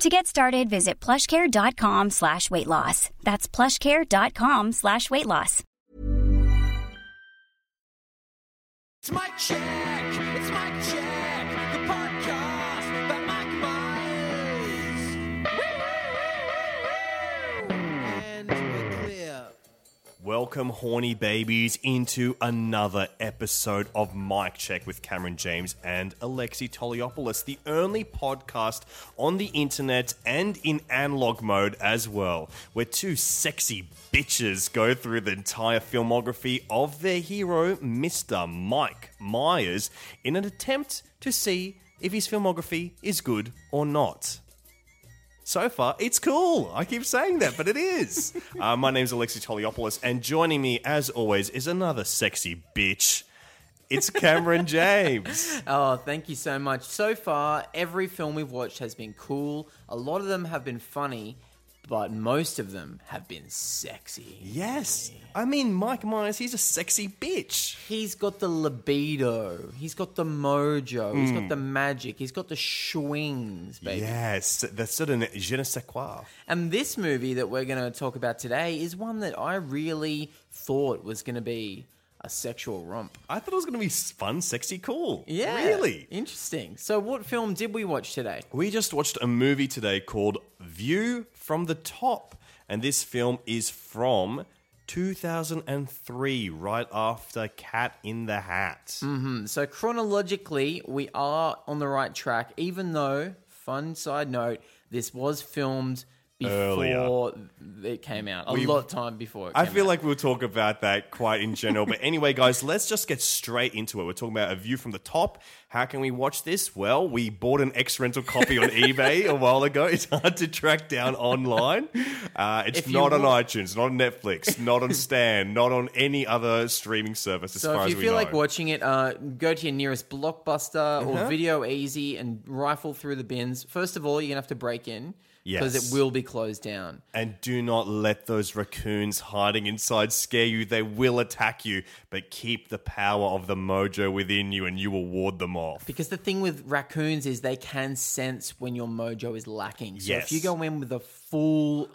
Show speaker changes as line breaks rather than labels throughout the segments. To get started, visit plushcare.com slash weight loss. That's plushcare.com slash weight loss.
It's Mike Check. It's Mike Check. The podcast by Mike Myers. Woo, woo, woo, woo, woo. And we're clear.
Welcome, horny babies, into another episode of Mic Check with Cameron James and Alexi Toliopoulos, the only podcast on the internet and in analog mode as well, where two sexy bitches go through the entire filmography of their hero, Mr. Mike Myers, in an attempt to see if his filmography is good or not. So far, it's cool. I keep saying that, but it is. uh, my name's Alexi Toliopoulos, and joining me, as always, is another sexy bitch. It's Cameron James.
Oh, thank you so much. So far, every film we've watched has been cool. A lot of them have been funny, but most of them have been sexy.
Yes. I mean, Mike Myers, he's a sexy bitch.
He's got the libido. He's got the mojo. He's got the magic. He's got the swings, baby.
Yes, the certain je ne sais quoi.
And this movie that we're going to talk about today is one that I really thought was going to be a sexual romp.
I thought it was going to be fun, sexy, cool.
Yeah.
Really?
Interesting. So, what film did we watch today?
We just watched a movie today called View from the Top, and this film is from 2003, right after Cat in the Hat.
Um, So, chronologically, we are on the right track, even though, fun side note, this was filmed before it came out, a lot of time before it
I
came
feel
out.
like we'll talk about that quite in general. but anyway, guys, let's just get straight into it. We're talking about a view from the top. How can we watch this? Well, we bought an X rental copy on eBay a while ago. It's hard to track down online. Uh, it's
If you
not on
wa-
iTunes, not on Netflix, not on Stan, not on any other streaming service. As
So
far
if you
as we
feel
know. Uh-huh.
like watching it, uh, go to your nearest Blockbuster or Video Easy and rifle through the bins. First of all, you're gonna have to break in because
Yes.
it will be closed down.
And do not let those raccoons hiding inside scare you. They will attack you, but keep the power of the mojo within you and you will ward them off.
Because the thing with raccoons is they can sense when your mojo is lacking. So if
Yes.
you go in with a full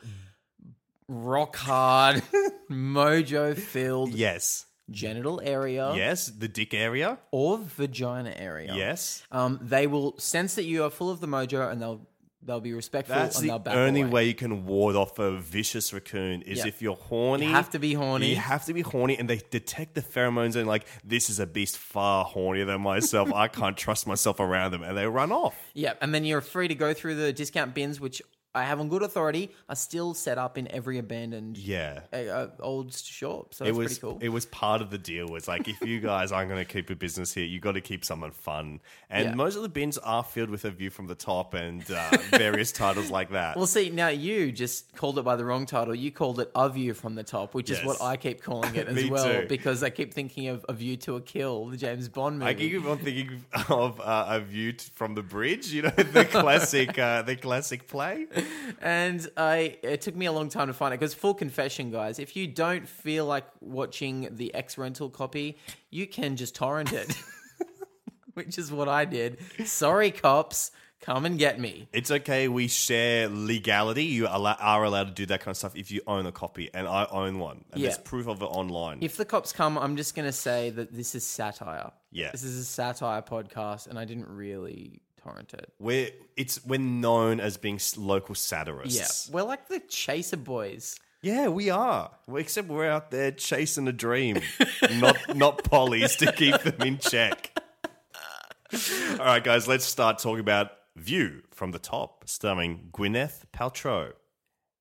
rock hard mojo filled
Yes.
genital area
Yes, the dick area.
or vagina area,
Yes.
um, they will sense that you are full of the mojo and they'll they'll be respectful
That's
and
the
they'll back
only
away.
way you can ward off a vicious raccoon is
Yeah.
if you're horny.
You have to be horny.
You have to be horny, and they detect the pheromones and like this is a beast far hornier than myself. I can't trust myself around them, and they run off.
Yeah, and then you're free to go through the discount bins, which I have on good authority are still set up in every abandoned
Yeah.
uh, uh, old shop. So
it
it's
was
pretty cool.
it was part of the deal. Was like if you guys aren't going to keep a business here, you got to keep someone fun. And
Yeah.
most of the bins are filled with a view from the top and uh, various titles like that.
well, see, now you just called it by the wrong title. You called it "A View from the Top," which is
Yes.
what I keep calling it as
Me
well,
too.
because I keep thinking of "A View to a Kill," the James Bond movie.
I keep on thinking of uh, a view t- from the bridge, you know, the classic, uh, the classic play.
and I it took me a long time to find it because full confession, guys, if you don't feel like watching the X rental copy, you can just torrent it, which is what I did. Sorry, cops, come and get me.
It's okay. We share legality. You allo- are allowed to do that kind of stuff if you own a copy, and I own one, and there's
Yeah.
proof of it online.
If the cops come, I'm just gonna say that this is satire.
Yeah.
this is a satire podcast, and I didn't really torrent it.
we're it's we're known as being s- local satirists.
Yeah, we're like the Chaser Boys.
Yeah, we are. Well, except we're out there chasing a dream, not not pollies to keep them in check. All right, guys, let's start talking about View from the Top, starring Gwyneth Paltrow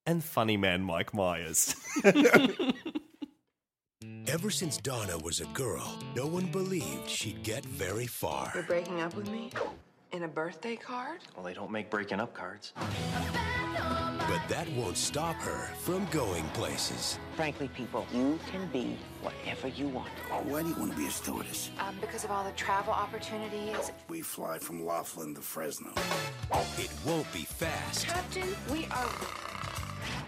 and funny man Mike Myers.
Ever since Donna was a girl, no one believed she'd get very
You're
far.
breaking up with me? In a birthday card?
Well, they don't make breaking up cards.
But that won't stop her from going places.
Frankly, people, you can be whatever you want.
Why do you want to be a stewardess?
Um, because of all the travel opportunities.
We fly from Laughlin to Fresno.
It won't be fast.
Captain, we are.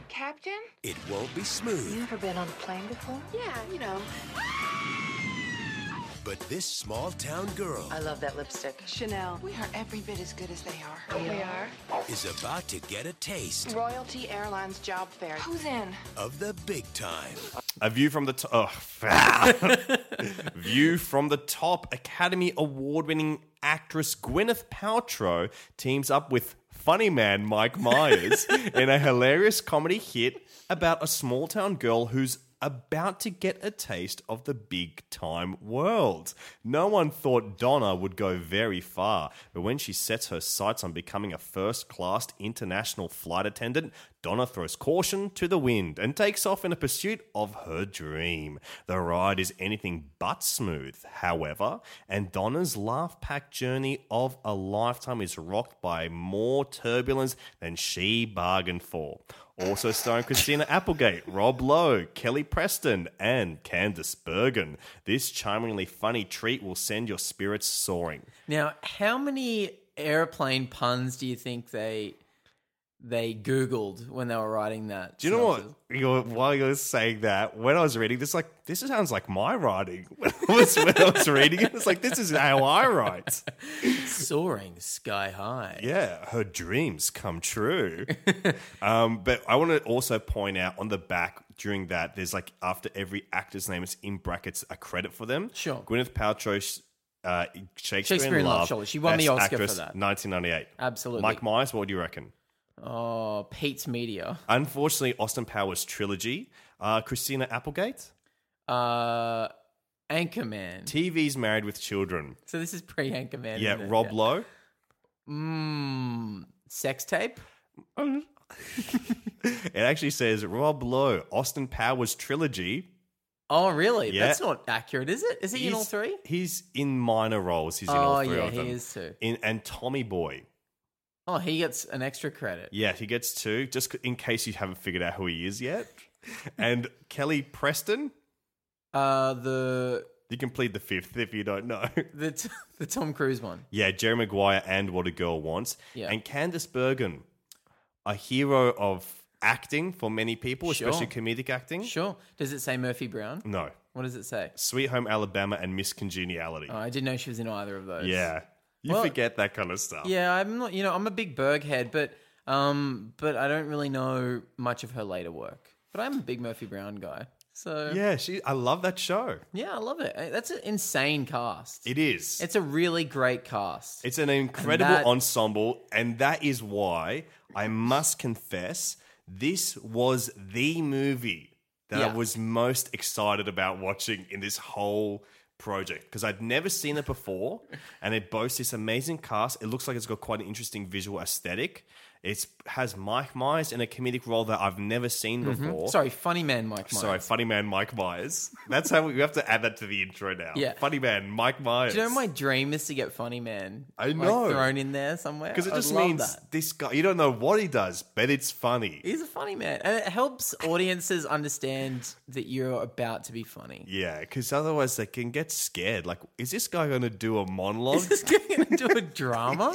Captain?
It won't be smooth.
ever been on a plane before? Yeah, you know.
But this small town girl
I love that lipstick.
Chanel. We are every bit as good as they are. We are.
is about to get a taste
Royalty Airlines job fair. Who's in?
of the big time.
a View from the Top. Oh, View from the Top Academy Award winning actress Gwyneth Paltrow teams up with funny man Mike Myers in a hilarious comedy hit about a small town girl who's about to get a taste of the big time world. No one thought Donna would go very far, but when she sets her sights on becoming a first class international flight attendant, Donna throws caution to the wind and takes off in a pursuit of her dream. The ride is anything but smooth, however, and Donna's laugh packed journey of a lifetime is rocked by more turbulence than she bargained for. Also starring Christina Applegate, Rob Lowe, Kelly Preston, and Candice Bergen. This charmingly funny treat will send your spirits soaring.
Now, how many airplane puns do you think they they Googled when they were writing that?
Do you know what? You're, while you were saying that, when I was reading this, like this sounds like my writing. When I was, when I was reading it, it's like this is how I write.
Soaring sky high.
Yeah, her dreams come true. um, but I want to also point out on the back during that, there's like after every actor's name, it's in brackets a credit for them.
Sure.
Gwyneth Paltrow. sh- Uh, Shakespeare,
Shakespeare
in
in Love,
Love.
surely. She won the
Best
Oscar for
actress,
that.
1998.
Absolutely.
Mike Myers, what do you reckon?
Oh, Pete's Media.
Unfortunately, Austin Powers trilogy. Uh, Christina Applegate.
Uh, Anchorman.
TV's Married with Children.
so this is pre Anchorman.
Yeah,
isn't it?
Rob Lowe.
Mm, sex tape. Oh,
It actually says Rob Lowe, Austin Powers trilogy.
Oh, really?
Yeah.
That's not accurate, is it? Is he in all
He's-
three?
He's in minor roles. He's in
Oh,
all three
yeah,
of them.
he is too.
In, and Tommy Boy.
Oh, he gets an extra credit.
Yeah, he gets two, just c- in case you haven't figured out who he is yet. and Kelly Preston.
Uh, the
You can plead the fifth if you don't know.
the t- the Tom Cruise one.
yeah, Jerry Maguire and What a Girl Wants.
Yeah.
And Candice Bergen, a hero of acting for many people,
Sure.
especially comedic acting.
Sure. Does it say Murphy Brown?
No.
What does it say?
Sweet Home Alabama and Miss Congeniality.
Oh, I didn't know she was in either of those.
Yeah. You
Well-
forget that kind of stuff.
Yeah, I'm not. You know, I'm a big Berg head, but um, but I don't really know much of her later work. But I'm a big Murphy Brown guy, so yeah,
Yeah, she I love that show.
I love it. Uh, That's an insane cast.
It is. It's,
It's a really great cast.
an incredible
And that-
ensemble, and that is why I must confess this was the movie that I
Yeah.
was most excited about watching in this whole project because I'd never seen it before, and it boasts this amazing cast. It looks like it's got quite an interesting visual aesthetic. It has Mike Myers in a comedic role that I've never seen before.
Mm-hmm. Sorry, funny man Mike. Myers.
Sorry, funny man Mike Myers. That's how we, we have to add that to the intro now.
Yeah.
funny man Mike Myers.
Do you know my dream is to get funny man?
I
like,
know.
thrown in there somewhere
because it
I'd
just
love
means
that.
this guy. You don't know what he does, but it's funny.
He's a funny man, and it helps audiences understand that you're about to be funny.
yeah, because otherwise they can get scared. Like, is this guy going to do a monologue?
Is this guy going to do a drama?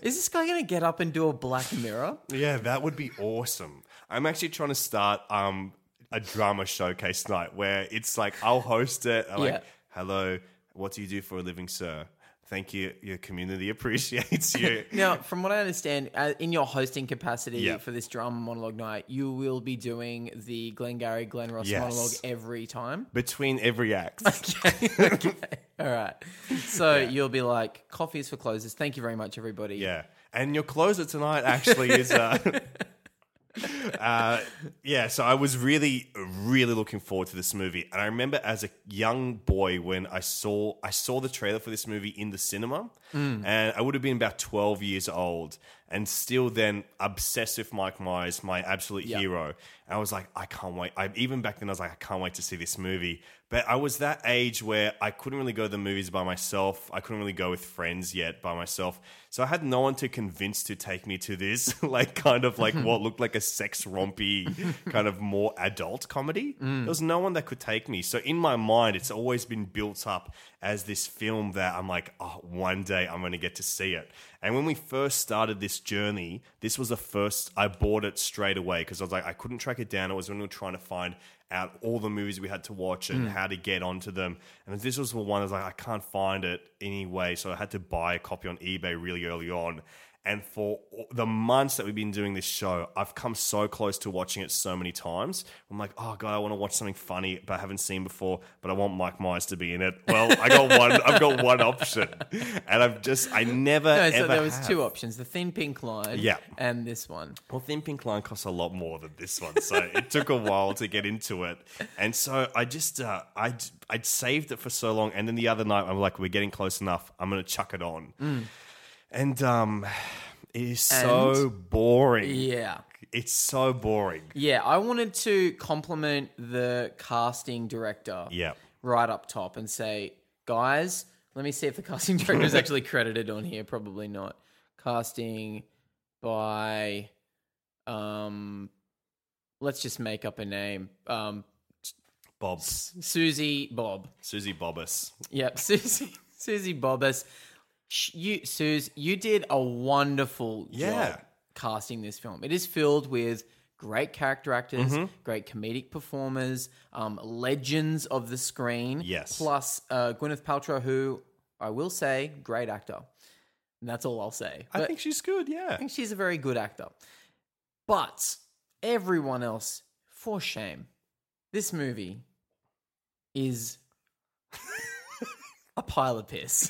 Is this guy going to get up and do a Black Mirror?
yeah, that would be awesome. I'm actually trying to start um a drama showcase night where it's like I'll host it. I'm Like,
Yeah.
hello, what do you do for a living, sir? Thank you. Your community appreciates you.
Now, from what I understand, uh, in your hosting capacity
Yeah.
for this drama monologue night, you will be doing the Glengarry Glen Ross
Yes.
monologue every time.
Between every act.
okay. All right. So you'll be like, coffee is for closers. Thank you very much, everybody.
Yeah. And your closer tonight actually is uh, Uh, yeah, so I was really, really looking forward to this movie, and I remember as a young boy when I saw I saw the trailer for this movie in the cinema, and I would have been about twelve years old, and still then obsessed with Mike Myers, my absolute hero. And I was like, I can't wait. I, even back then, I was like, I can't wait to see this movie. But I was that age where I couldn't really go to the movies by myself. I couldn't really go with friends yet by myself. So I had no one to convince to take me to this, like, kind of like what looked like a sex rompy, kind of more adult comedy. There was no one that could take me. So in my mind, it's always been built up as this film that I'm like, oh, one day I'm going to get to see it. And when we first started this journey, this was the first I bought it straight away because I was like, I couldn't track it down. It was when we were trying to find out all the movies we had to watch
Mm.
and how to get onto them. And this was the one I was like, I can't find it anyway. So I had to buy a copy on eBay really early on. And for all- the months that we've been doing this show, I've come so close to watching it so many times. I'm like, oh god, I want to watch something funny, but I haven't seen before. But I want Mike Myers to be in it. Well, I got one. I've got one option, and I've just I never
No,
ever.
so there was
have.
two options: the thin pink line,
Yeah.
and this one.
Well, Thin Pink Line costs a lot more than this one, so it took a while to get into it, and so I just uh, I I'd saved it for so long, and then the other night I'm like, we're getting close enough, I'm gonna chuck it on,
Mm.
and um, it is so boring.
Yeah,
It's so boring.
yeah. I wanted to compliment the casting director.
Yeah.
right up top and say, guys, let me see if the casting director is actually credited on here. Probably not. Casting by, um, let's just make up a name. Um,
Bob.
Susie Bob.
Susie Bobbus.
Yep, Susie Susie Bobbus. Sh- You, Suze, you did a wonderful
Yeah.
job casting this film. It is filled with great character actors,
Mm-hmm.
great comedic performers, um, legends of the screen.
Yes.
Plus uh, Gwyneth Paltrow, who I will say, great actor. And that's all I'll say.
I
But-
think she's good, yeah.
I think she's a very good actor. But everyone else, for shame, this movie is a pile of piss.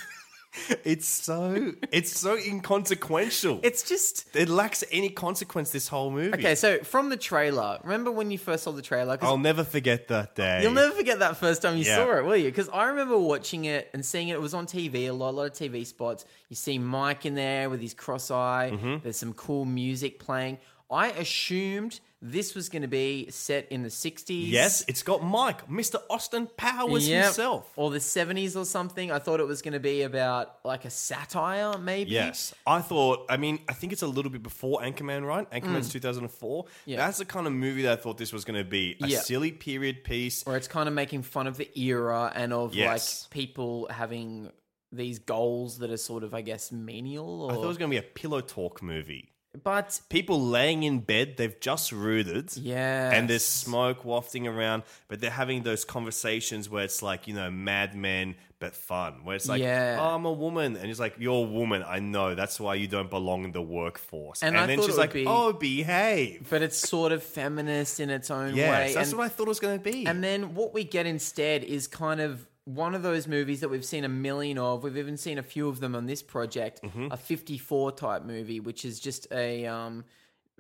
It's so it's so inconsequential.
It's just.
it lacks any consequence this whole movie.
Okay, so from the trailer, remember when you first saw the trailer? 'Cause
I'll never forget that day.
You'll never forget that first time you
Oh, Yeah.
saw it, will you? Because I remember watching it and seeing it. It was on TV a lot, a lot of TV spots. You see Mike in there with his cross eye.
Mm-hmm.
There's some cool music playing. I assumed this was going to be set in the 60s.
Yes, it's got Mike, Mr. Austin Powers
Yep.
himself.
Or the 70s or something. I thought it was going to be about like a satire, maybe.
Yes, I thought. I mean, I think it's a little bit before Anchorman, right? Anchorman's
Mm.
2004. That's the kind of movie that I thought this was going to be—a
Yeah.
silly period piece.
Or it's kind of making fun of the era and of
Yes.
like people having these goals that are sort of, I guess, menial. Or...
I thought it was going to be a pillow talk movie.
But
People laying in bed, they've just rooted.
yeah.
and there's smoke wafting around, but they're having those conversations where it's like, you know, madmen but fun. Where it's like,
Yeah.
oh, I'm a woman. And it's like, you're a woman. I know. That's why you don't belong in the workforce.
And I
then
thought
she's
it would
like,
be-
oh, behave.
But it's sort of feminist in its own
Yes,
way.
that's
and,
what I thought it was going to be.
and then what we get instead is kind of one of those movies that we've seen a million of. We've even seen a few of them on this project. A 54 type movie, which is just a um,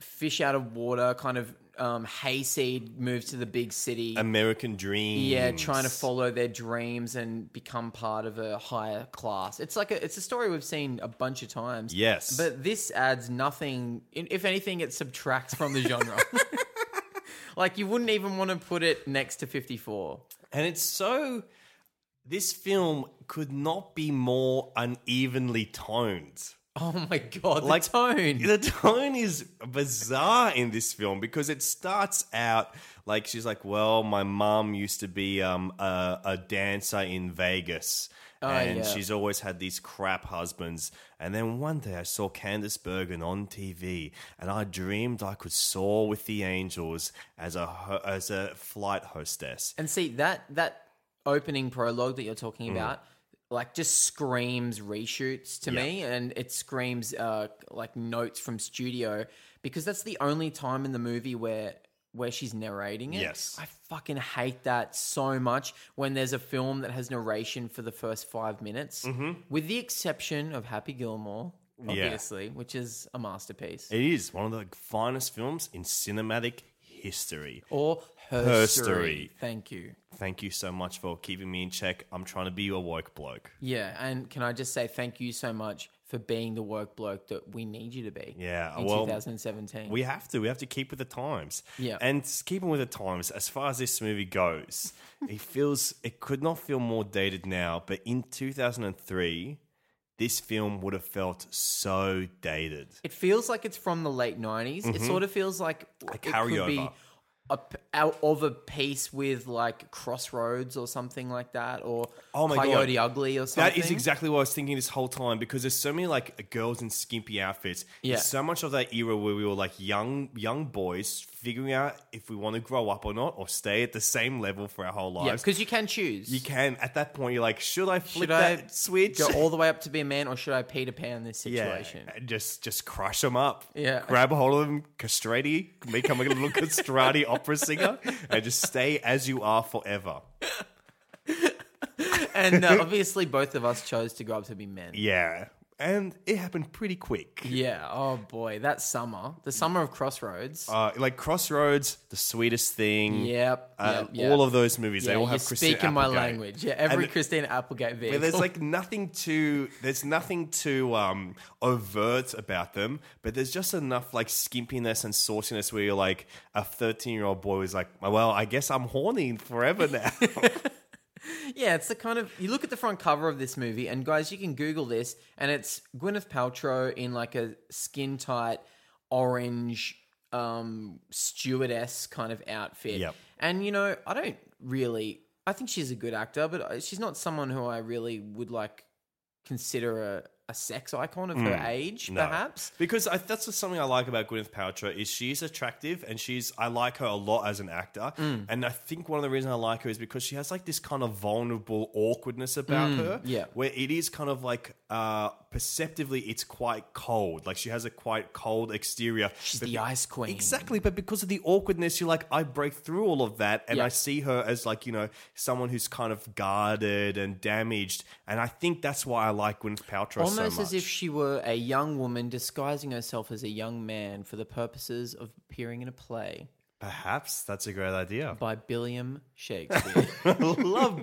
fish out of water kind of um, hayseed moves to the big city.
American Dream.
yeah, trying to follow their dreams and become part of a higher class. It's like a, it's a story we've seen a bunch of times.
Yes.
But this adds nothing. in- If anything, it subtracts from the genre. like you wouldn't even want to put it next to Fifty Four.
And it's so. This film could not be more unevenly toned.
Oh my god, the
Like-
tone.
The tone is bizarre in this film because it starts out like she's like, "Well, my mom used to be um, a, a dancer in Vegas." and
yeah.
she's always had these crap husbands. And then one day I saw Candace Bergen on TV, and I dreamed I could soar with the angels as a ho- as a flight hostess.
and see that that opening prologue that you're
Mm.
talking about. Like just screams reshoots to me, and it screams uh, like notes from studio because that's the only time in the movie where where she's narrating it.
Yes.
I fucking hate that so much when there's a film that has narration for the first five minutes, with the exception of Happy Gilmore.
Mm-hmm. Yeah.
obviously, which is a masterpiece.
It is one of the finest films in cinematic history.
or her
Her
story.
story.
Thank you.
Thank you so much for keeping me in check. I'm trying to be a woke bloke.
Yeah, and can I just say thank you so much for being the work bloke that we need you to be?
Yeah,
in
well,
2017.
We have to. We have to keep with the times.
Yeah.
And s- keeping with the times, as far as this movie goes, it feels it could not feel more dated now. But in 2003, this film would have felt so dated.
it feels like it's from the late 90s. It sort of feels like
Mm-hmm. A
it could be
carryover.
a p- out of a piece with like Crossroads or something like that, or
Oh my God.
Coyote Ugly or something.
That is exactly what I was thinking this whole time because there's so many like girls in skimpy outfits.
Yeah.
There's so much of that era where we were like young young boys figuring out if we want to grow up or not or stay at the same level for our whole
Yeah,
lives.
because you can choose.
you can at that point you're like, should I
Should
flip that
I
switch?
go all the way up to be a man, or should I Peter Pan this
yeah,
situation?
and just just crush them up.
Yeah.
grab a hold of them, castrati, become a little castrati opera singer, and just stay as you are forever.
And uh, obviously, both of us chose to grow up to be men.
Yeah, and it happened pretty quick.
Yeah, oh boy, that summer, the summer of Crossroads.
Uh, like Crossroads, the sweetest thing.
Yep,
Uh,
yep, yep.
All of those movies, they all
you're
have Christina
speaking my
Applegate.
language. Yeah, every
And-
Christina Applegate vehicle.
Where there's like nothing too, there's nothing too um, overt about them, but there's just enough like skimpiness and sauciness where you're like a 13 year old boy was like, well, I guess I'm horny forever now.
yeah, it's the kind of you look at the front cover of this movie, and guys, you can Google this, and it's Gwyneth Paltrow in like a skin tight orange um, stewardess kind of outfit.
Yep.
And you know, I don't really. I think she's a good actor, but I- she's not someone who I really would like consider a, a sex icon of her age,
Hmm. No.
perhaps.
because I, that's just something I like about Gwyneth Paltrow is she's attractive and she's I like her a lot as an actor,
Mm.
and I think one of the reasons I like her is because she has like this kind of vulnerable awkwardness about her,
Mm, yeah.
where it is kind of like uh, perceptively it's quite cold, like she has a quite cold exterior.
She's
but
the ice queen.
Exactly, but because of the awkwardness, you're like, I break through all of that, and
Yeah.
I see her as like you know someone who's kind of guarded and damaged, and I think that's why I like Gwyneth Paltrow so
Almost as
much.
if she were a young woman disguising herself as a young man for the purposes of appearing in a play
Perhaps that's a great idea.
by Billiam Shakespeare.
Love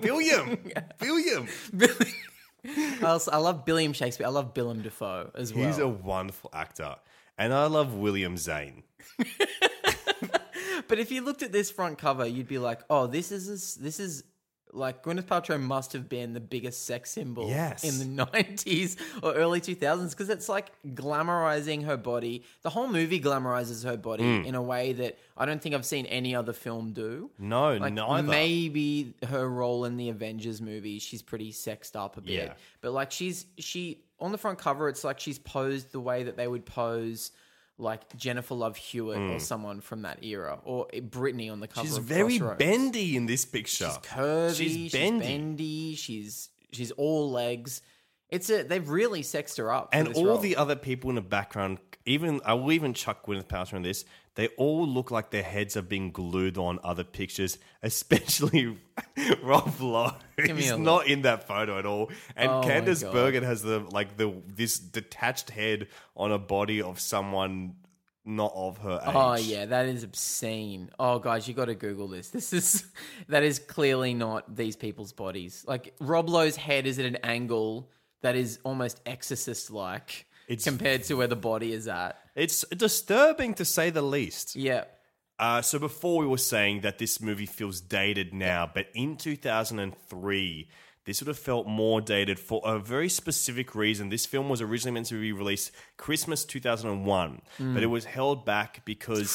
Billiam. Billiam.
I, also, I love Billiam Shakespeare. I love Billiam Defoe as well.
He's a wonderful actor. And I love William Zane.
but if you looked at this front cover, you'd be like, "Oh, this is this, this is like Gwyneth Paltrow must have been the biggest sex symbol
Yes.
in the '90s or early 2000s because it's like glamorizing her body. The whole movie glamorizes her body in a way that I don't think I've seen any other film do.
Hmm. No, neither.
Maybe her role in the Avengers movie, she's pretty sexed up a bit.
Yeah.
But like she's she on the front cover, it's like she's posed the way that they would pose like Jennifer Love Hewitt or someone from that era, or Britney on the cover.
Mm. She's
of
very
Crossroads.
bendy in this picture. She's
curvy.
She's bendy.
She's bendy. She's she's all legs. It's a they've really sexed her up. for
and
this
all
role.
the other people in the background, even I will even chuck Gwyneth Paltrow in this. They all look like their heads are being glued on other pictures, especially Rob Lowe.
me
He's
a
not in that photo at all. And
Oh my
Candace
God.
Bergen has the like the this detached head on a body of someone not of her age.
Oh yeah, that is obscene. Oh guys, you got to Google this. This is that is clearly not these people's bodies. Like Rob Lowe's head is at an angle that is almost exorcist like
It's-
compared to where the body is at.
It's disturbing to say the least.
Yeah.
Uh, so before we were saying that this movie feels dated now, but in 2003, this would have felt more dated for a very specific reason. This film was originally meant to be released Christmas 2001, but it was held back because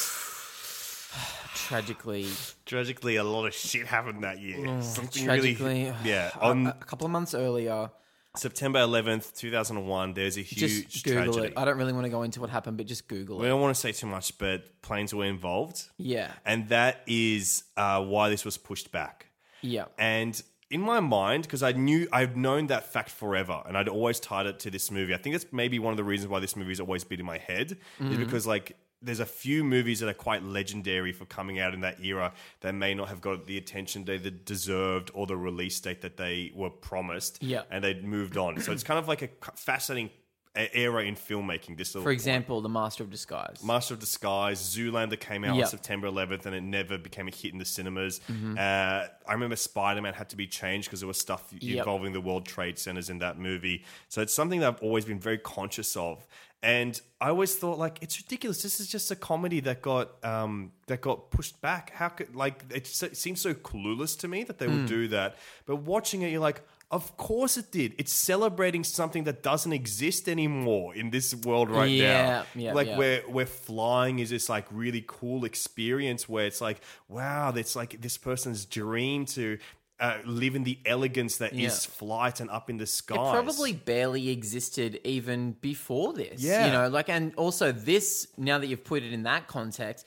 Tragically,
tragically a lot of shit happened that year. Something
tragically,
really, Mm, yeah.
a-
On
a, couple of months earlier,
September 11th, 2001, there's a huge
just Google it.
tragedy.
I don't really want to go into what happened, but just Google
we
it.
don't want to say too much, but planes were involved,
Yeah,
and that is uh, why this was pushed back.
yeah.
And in my mind, because I knew I've known that fact forever, and I'd always tied it to this movie. I think that's maybe one of the reasons why this movie's always been in my head
Mm-hmm.
is because like there's a few movies that are quite legendary for coming out in that era that may not have got the attention they that deserved or the release date that they were promised.
Yeah.
and they'd moved on. So it's kind of like a c- fascinating a- era in filmmaking. This little
For
point.
example, The Master of Disguise.
Master of Disguise, Zoolander came
Yep.
out
Mm-hmm.
on September 11th, and it never became a hit in the cinemas. Uh, I remember Spider Man had to be changed because there was stuff
Yep.
involving the World Trade Centers in that movie. So it's something that I've always been very conscious of, and I always thought like it's ridiculous. This is just a comedy that got um, that got pushed back. How could like it, s- it seems so clueless to me that they
Hmm.
would do that. But watching it, you're like. Of course it did. It's celebrating something that doesn't exist anymore in this world right
Yeah,
now.
yeah,
like
yeah.
where where, where flying is this like really cool experience where it's like wow that's like this person's dream to uh, live in the elegance that is
Yeah.
flight and up in the sky
It probably barely existed even before this.
Yeah.
You know, like, and also this, now that you've put it in that context,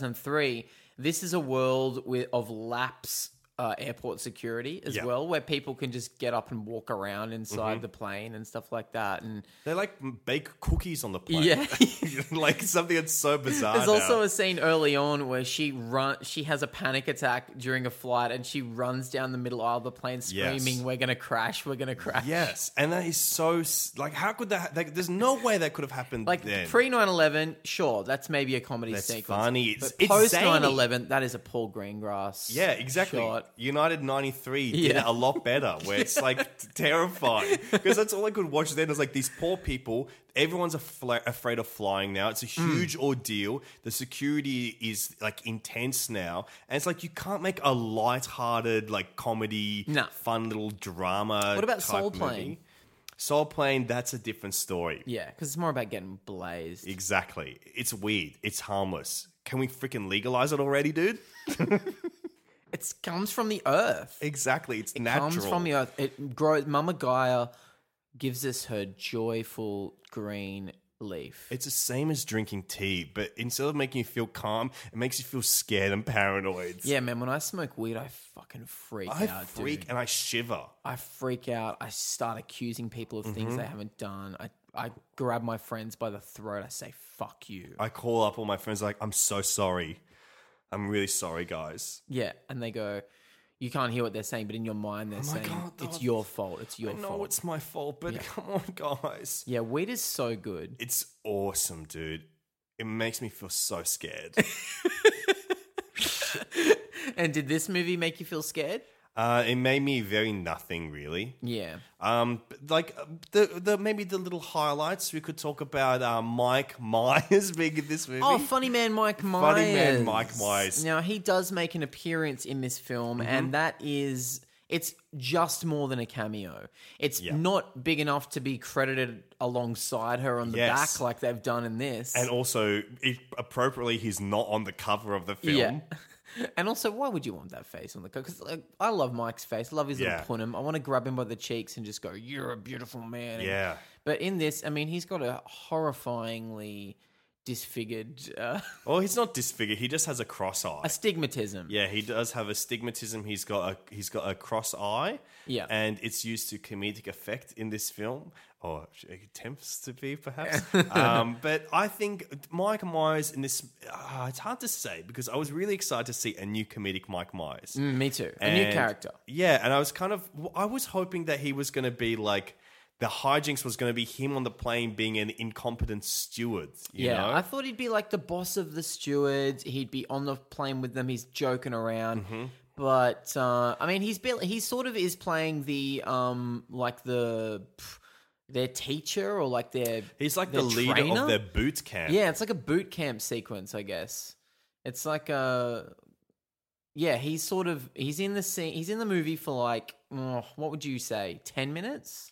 2003, this is a world with, of lapse. Uh, airport security as
Yeah. Mm-hmm.
well, where people can just get up and walk around inside the plane and stuff like that. And
they like bake cookies on the plane
yeah,
like something that's so bizarre
There's
now.
also a scene early on where she run she has a panic attack during a flight and she runs down the middle aisle of the plane
Yes.
screaming, "We're gonna crash! We're gonna crash!"
yes and that is so s- like how could that like, there's no way that could have happened
Like
then.
pre 9/11, sure, that's maybe a comedy
That's
sequence.
funny. It's-
but
it's
post
zany.
9/11, that is a Paul Greengrass.
yeah, exactly.
shot.
United 93 did
Yeah.
it a lot better, where it's like terrifying. Because that's all I could watch then is like these poor people, everyone's afla- afraid of flying now. It's a
Hmm.
huge ordeal. The security is like intense now. And it's like you can't make a light-hearted, like comedy,
No.
fun little drama.
What about
type
Soul
movie.
Plane?
Soul Plane, that's a different story.
Yeah, because it's more about getting blazed.
Exactly. It's weird. It's harmless. Can we freaking legalize it already, dude?
It comes from the earth.
Exactly. It's
It
natural.
comes from the earth. It grows. Mama Gaia gives us her joyful green leaf.
It's the same as drinking tea, but instead of making you feel calm, it makes you feel scared and paranoid.
Yeah, man. When I smoke weed, I fucking freak
I
out.
freak
dude.
and I shiver.
I freak out. I start accusing people of
Mm-hmm.
things they haven't done. I I grab my friends by the throat. I say, "Fuck you."
I call up all my friends like, "I'm so sorry. I'm really sorry, guys.
yeah, and they go, "You can't hear what they're saying, but in your mind, they're
Oh my
saying
God,
it's
that-
your fault. It's your
I know
fault."
it's my fault, but come on, guys.
yeah, weed is so good.
It's awesome, dude. It makes me feel so scared."
and did this movie make you feel scared?
uh, it made me very nothing really.
Yeah.
Um, but, like uh, the the maybe the little highlights we could talk about. Uh, Mike Myers being in this movie.
Oh, funny man Mike Myers.
Funny man Mike Myers. Mm-hmm.
Now he does make an appearance in this film, and that is it's just more than a cameo. It's
Yeah.
not big enough to be credited alongside her on the
Yes.
back like they've done in this.
And also, it, appropriately, he's not on the cover of the film.
Yeah. And also, why would you want that face on the cover? Because like, I love Mike's face. I love his
Yeah.
little punim. I want to grab him by the cheeks and just go, "You're a beautiful man." And-
Yeah.
But in this, I mean, he's got a horrifyingly disfigured uh,
Well, he's not disfigured. He just has a cross eye.
astigmatism.
yeah, he does have astigmatism. He's got a he's got a cross eye.
Yeah.
and it's used to comedic effect in this film, or it attempts to be, perhaps. um, but I think Mike Myers in this, uh, it's hard to say because I was really excited to see a new comedic Mike Myers.
Mm, me too. A new
And-
character.
Yeah, and I was kind of I was hoping that he was going to be like the hijinks was going to be him on the plane being an incompetent steward. You
yeah,
know?
I thought he'd be like the boss of the stewards. He'd be on the plane with them. He's joking around,
Mm-hmm.
but uh, I mean, he's be- he sort of is playing the um like the pff, their teacher or like their
he's like the,
their
leader
trainer?
of their boot camp.
yeah. It's like a boot camp sequence, I guess. It's like a yeah. He's sort of he's in the scene. He's in the movie for like oh, what would you say ten minutes?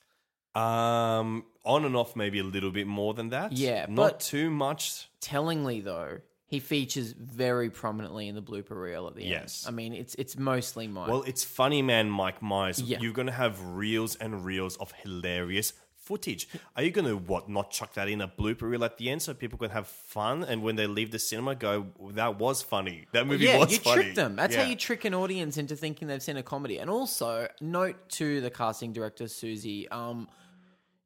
Um, on and off maybe a little bit more than that.
Yeah,
not
but-
too much.
Tellingly, though, he features very prominently in the blooper reel at the end.
Yes.
I mean, it's it's mostly mine.
Well, it's funny, man, Mike Myers.
Yeah.
You're going to have reels and reels of hilarious footage. Are you going to what? Not chuck that in a blooper reel at the end so people can have fun and when they leave the cinema, go that was funny. That movie
yeah,
was
you
funny.
trick them. That's
Yeah.
how you trick an audience into thinking they've seen a comedy. And also, note to the casting director Susie, um,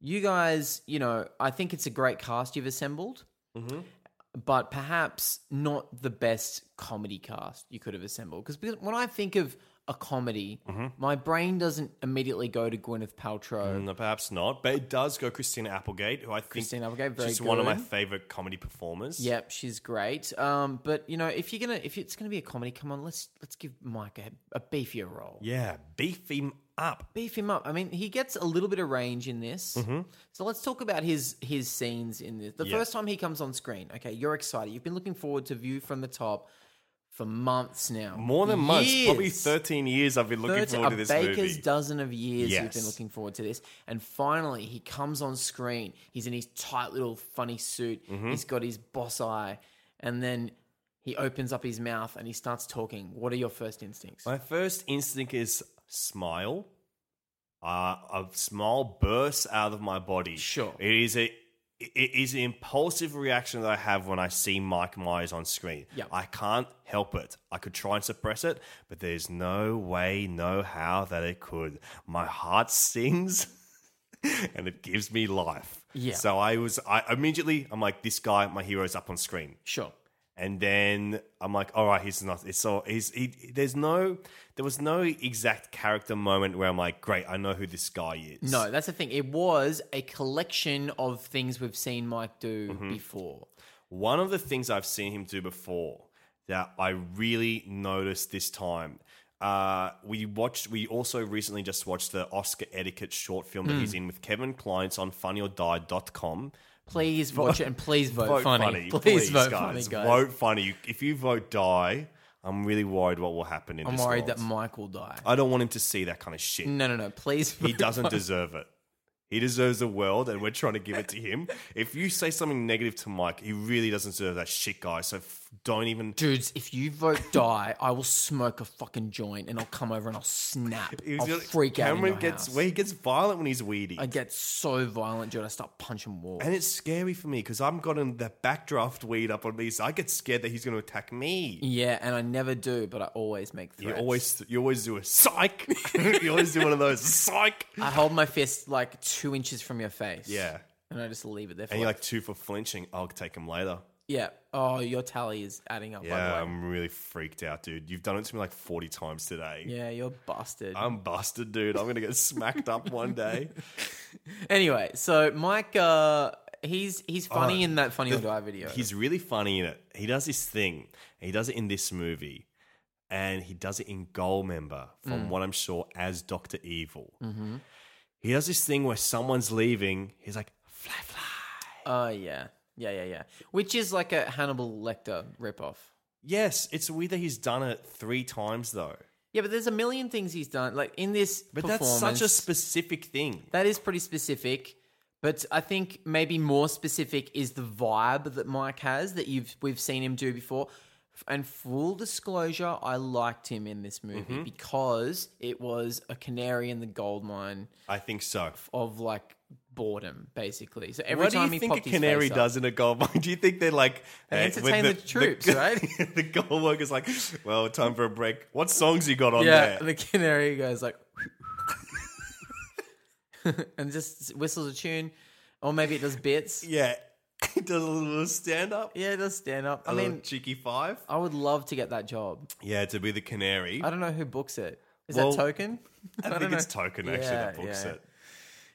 you guys, you know, I think it's a great cast you've assembled,
Mm-hmm.
but perhaps not the best comedy cast you could have assembled. Because when I think of a comedy,
Mm-hmm.
my brain doesn't immediately go to Gwyneth Paltrow.
Mm, No, perhaps not, but it does go Christina Applegate, who I think
Christina Applegate, very
she's one of my
good.
favorite comedy performers.
Yep, she's great. Um, but you know, if you're gonna if it's gonna be a comedy, come on, let's let's give Mike a, a beefier role.
yeah, beef him up.
Beef him up. I mean, he gets a little bit of range in this. So let's talk about his his scenes in this. The
Mm-hmm. Yeah.
first time he comes on screen, okay, you're excited. You've been looking forward to View from the Top for months now.
More than months, probably
Years.
thirteen years. I've been looking
30
forward
a
to this
baker's
movie.
dozen of years you've
Yes.
been looking forward to this and finally he comes on screen he's in his tight little funny suit
Mm-hmm.
he's got his boss eye and then he opens up his mouth and he starts talking what are your first instincts
My first instinct is smile. Uh, a smile bursts out of my body.
Sure.
it is a it is an impulsive reaction that I have when I see Mike Myers on screen.
Yep.
I can't help it. I could try and suppress it, but there's no way, no how that it could. My heart sings, and it gives me life.
Yeah.
So I was I immediately I'm like this guy, my hero's up on screen
sure
and then I'm like, all right, he's not. It's so he's he. There's no, there was no exact character moment where I'm like, great, I know who this guy is.
no that's the thing it was a collection of things we've seen mike do
Mm-hmm.
before
One of the things I've seen him do before that I really noticed this time. Uh, we watched. We also recently just watched the Oscar etiquette short film
Hmm.
that he's in with Kevin Kleins on FunnyOrDie.com.
please watch it and please vote, funny.
please,
vote
guys.
funny guys
Vote funny. If you vote die, I'm really worried what will happen in
i'm
this
worried that
world.
mike will die
I don't want him to see that kind of Oh, shit.
no no no please
He
vote
doesn't deserve it. He deserves the world, and we're trying to give it to him. If you say something negative to Mike, he really doesn't deserve that shit, guy. So f- don't even.
Dudes, if you vote die, I will smoke a fucking joint and I'll come over and I'll snap.
He
I'll
was just-
freak out. in
Cameron
your
gets
house.
well, he gets violent when he's weedy,
I get so violent, dude. I start punching walls.
and it's scary for me because I'm gotten that backdraft weed up on me, so I get scared that he's going to attack me.
yeah, and I never do, but I always make
You
threats.
always you always do a psych. you always do one of those psych.
I hold my fist like two inches from your face.
Yeah,
and I just leave it there. For
and you're
like,
like two for flinching. I'll take him later.
yeah. Oh, your tally is adding up.
Yeah,
By the way.
I'm really freaked out, dude. You've done it to me like 40 times today.
Yeah, you're busted.
I'm busted, dude. I'm gonna get smacked up one day.
anyway, so Mike, uh, he's he's funny in that funny or die video.
Oh, He's really funny in it. He does this thing. He does it in this movie, and he does it in Goal Member,
Mm.
from what I'm sure, as Doctor Evil.
Mm-hmm.
He does this thing where someone's leaving. He's like, "Fly, fly."
Oh yeah, yeah, yeah, yeah. Which is like a Hannibal Lecter ripoff.
Yes, it's weird that he's done it three times though.
Yeah, but there's a million things he's done. Like in this
But that's such a
performance,
specific thing.
that is pretty specific. But I think maybe more specific is the vibe that Mike has that you've we've seen him do before. F- And full disclosure, I liked him in this movie
Mm-hmm.
because it was a canary in the gold mine
I think so.
of like boredom, basically. So every
What do
time
you
he
think a
popped his
canary
face up-
does in a goal mine? Do you think they're like
They
eh,
entertain the troops, right?
the goal worker's like, well, time for a break. What songs you got on
Yeah,
there?
the canary goes like, and just whistles a tune, or maybe it does bits.
yeah, he does a little stand up.
Yeah, it does stand up. I
a
mean,
little cheeky five.
I would love to get that job.
Yeah, to be the canary.
I don't know who books it. Is
Well,
that Token?
I think it's Token actually
Yeah,
that books
yeah.
it.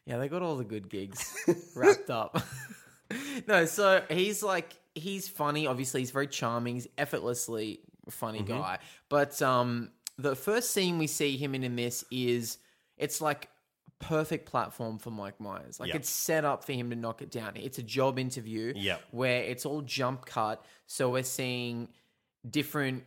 Yeah, they got all the good gigs wrapped up. no, so he's like he's funny. Obviously, he's very charming. He's effortlessly a funny
Mm-hmm.
guy. But um, the first scene we see him in in this is it's like perfect platform for Mike Myers. Like
Yeah.
it's set up for him to knock it down. It's a job interview
Yeah.
where it's all jump cut. So we're seeing different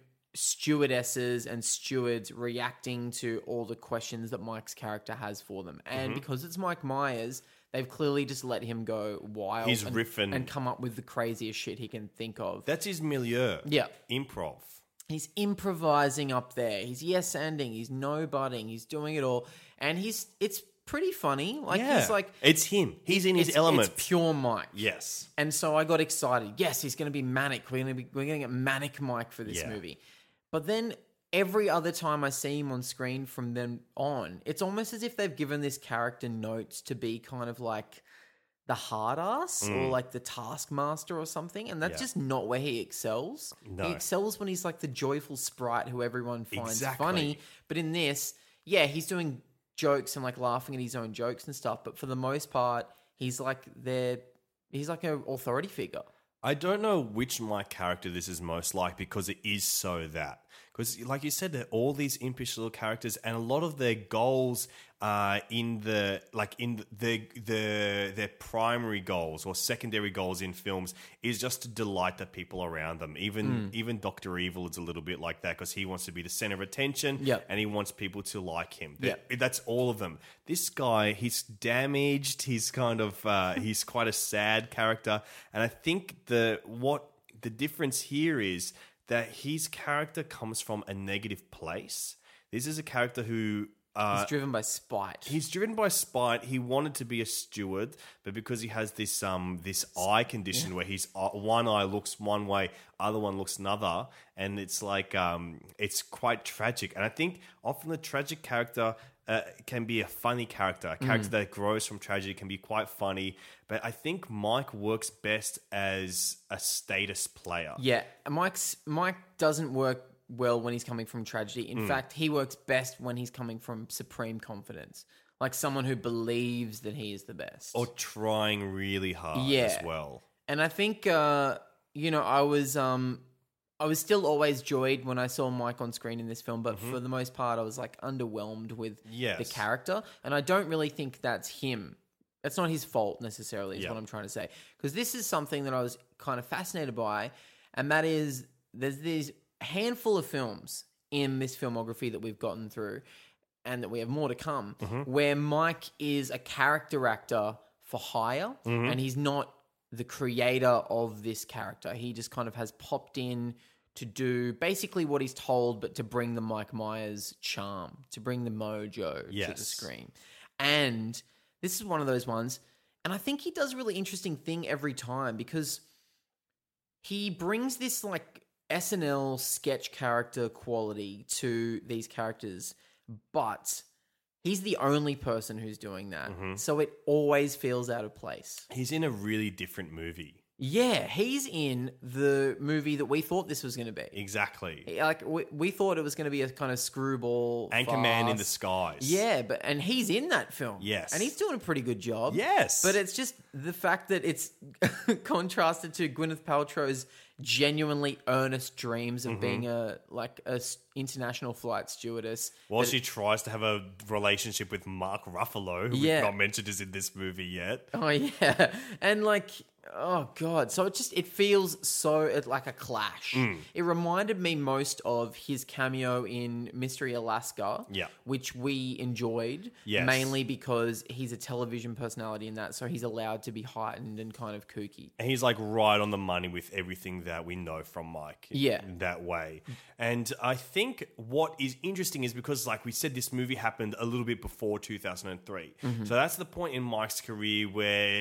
stewardesses and stewards reacting to all the questions that Mike's character has for them. And
Mm-hmm.
because it's Mike Myers, they've clearly just let him go wild.
He's
and,
riffing.
and come up with the craziest shit he can think of.
That's his milieu.
Yeah.
Improv.
He's improvising up there. He's yes ending. He's no budding. He's doing it all, and he's it's pretty funny. Like
yeah.
he's like
It's him. He's in his
it's-
element.
It's pure Mike.
yes.
And so I got excited. Yes, he's going to be manic. We're going to be we're going to get manic Mike for this
Yeah.
movie. But then every other time I see him on screen from then on, it's almost as if they've given this character notes to be kind of like the hard ass or like the taskmaster or something. And that's
Mm. Yeah.
just not where he excels.
No.
He excels when he's like the joyful sprite who everyone finds
Exactly.
funny. But in this, yeah, he's doing jokes and like laughing at his own jokes and stuff. But for the most part, he's like their he's like an authority figure.
I don't know which my character this is most like because it is so that. Because, like you said, they're all these impish little characters, and a lot of their goals are in the like in the the their primary goals or secondary goals in films is just to delight the people around them. Even even Doctor Evil is a little bit like that because he wants to be the center of attention,
Yep.
and he wants people to like him.
Yeah.
That's all of them. This guy, he's damaged. He's kind of uh, he's quite a sad character, and I think the what the difference here is that his character comes from a negative place. This is a character who. Uh,
He's driven by spite.
He's driven by spite. He wanted to be a steward, but because he has this um this eye condition where his eye- one eye looks one way, other one looks another, and it's like um it's quite tragic. And I think often the tragic character. Uh, can be a funny character, a character that grows from tragedy can be quite funny. But I think Mike works best as a status player.
Yeah, Mike's Mike doesn't work well when he's coming from tragedy.
Mm.
In fact, he works best when he's coming from supreme confidence, like someone who believes that he is the best.
Or trying really hard
Yeah.
as well.
and I think uh, you know I was um I was still always joyed when I saw Mike on screen in this film, but for the most part, I was like underwhelmed with the
Yes.
character, and I don't really think that's him. That's not his fault necessarily, is
Yeah.
what I'm trying to say. Because this is something that I was kind of fascinated by, and that is there's these handful of films in this filmography that we've gotten through, and that we have more to come, where Mike is a character actor for hire, and he's not the creator of this character. He just kind of has popped in to do basically what he's told, but to bring the Mike Myers charm, to bring the mojo to
Yes.
the screen. And this is one of those ones. And I think he does a really interesting thing every time because he brings this like SNL sketch character quality to these characters, but he's the only person who's doing that.
Mm-hmm.
So it always feels out of place.
He's in a really different movie.
Yeah, he's in the movie that we thought this was going to be.
Exactly.
Like we, we thought it was going to be a kind of screwball
Anchorman in the
farce.
Skies.
Yeah, but and he's in that film.
Yes.
and he's doing a pretty good job.
Yes.
but it's just the fact that it's contrasted to Gwyneth Paltrow's genuinely earnest dreams
Mm-hmm.
of being a like a s- international flight stewardess.
While she tries to have a relationship with Mark Ruffalo, who
Yeah.
we've not mentioned is in this movie yet.
Oh yeah, and like oh god, so it just it feels so it, like a clash.
Mm.
It reminded me most of his cameo in Mystery Alaska,
Yeah.
which we enjoyed
Yes.
mainly because he's a television personality in that, so he's allowed to be heightened and kind of kooky.
And he's like right on the money with everything that we know from Mike. in-
Yeah.
in that way. And I think what is interesting is because, like we said, this movie happened a little bit before 2003. So that's the point in Mike's career where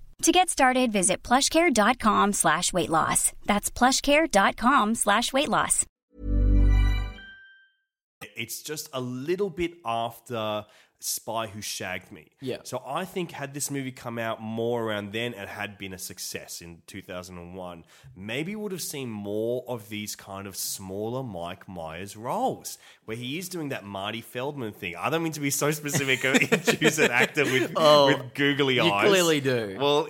To get started, visit plushcare.com slash weight loss. That's plushcare.com slash weight loss.
It's just a little bit after Spy Who Shagged Me.
Yeah.
So I think had this movie come out more around then and had been a success in 2001, maybe would have seen more of these kind of smaller Mike Myers roles where he is doing that Marty Feldman thing. I don't mean to be so specific of choose an actor with,
Oh,
with googly
you
eyes.
clearly do.
Well,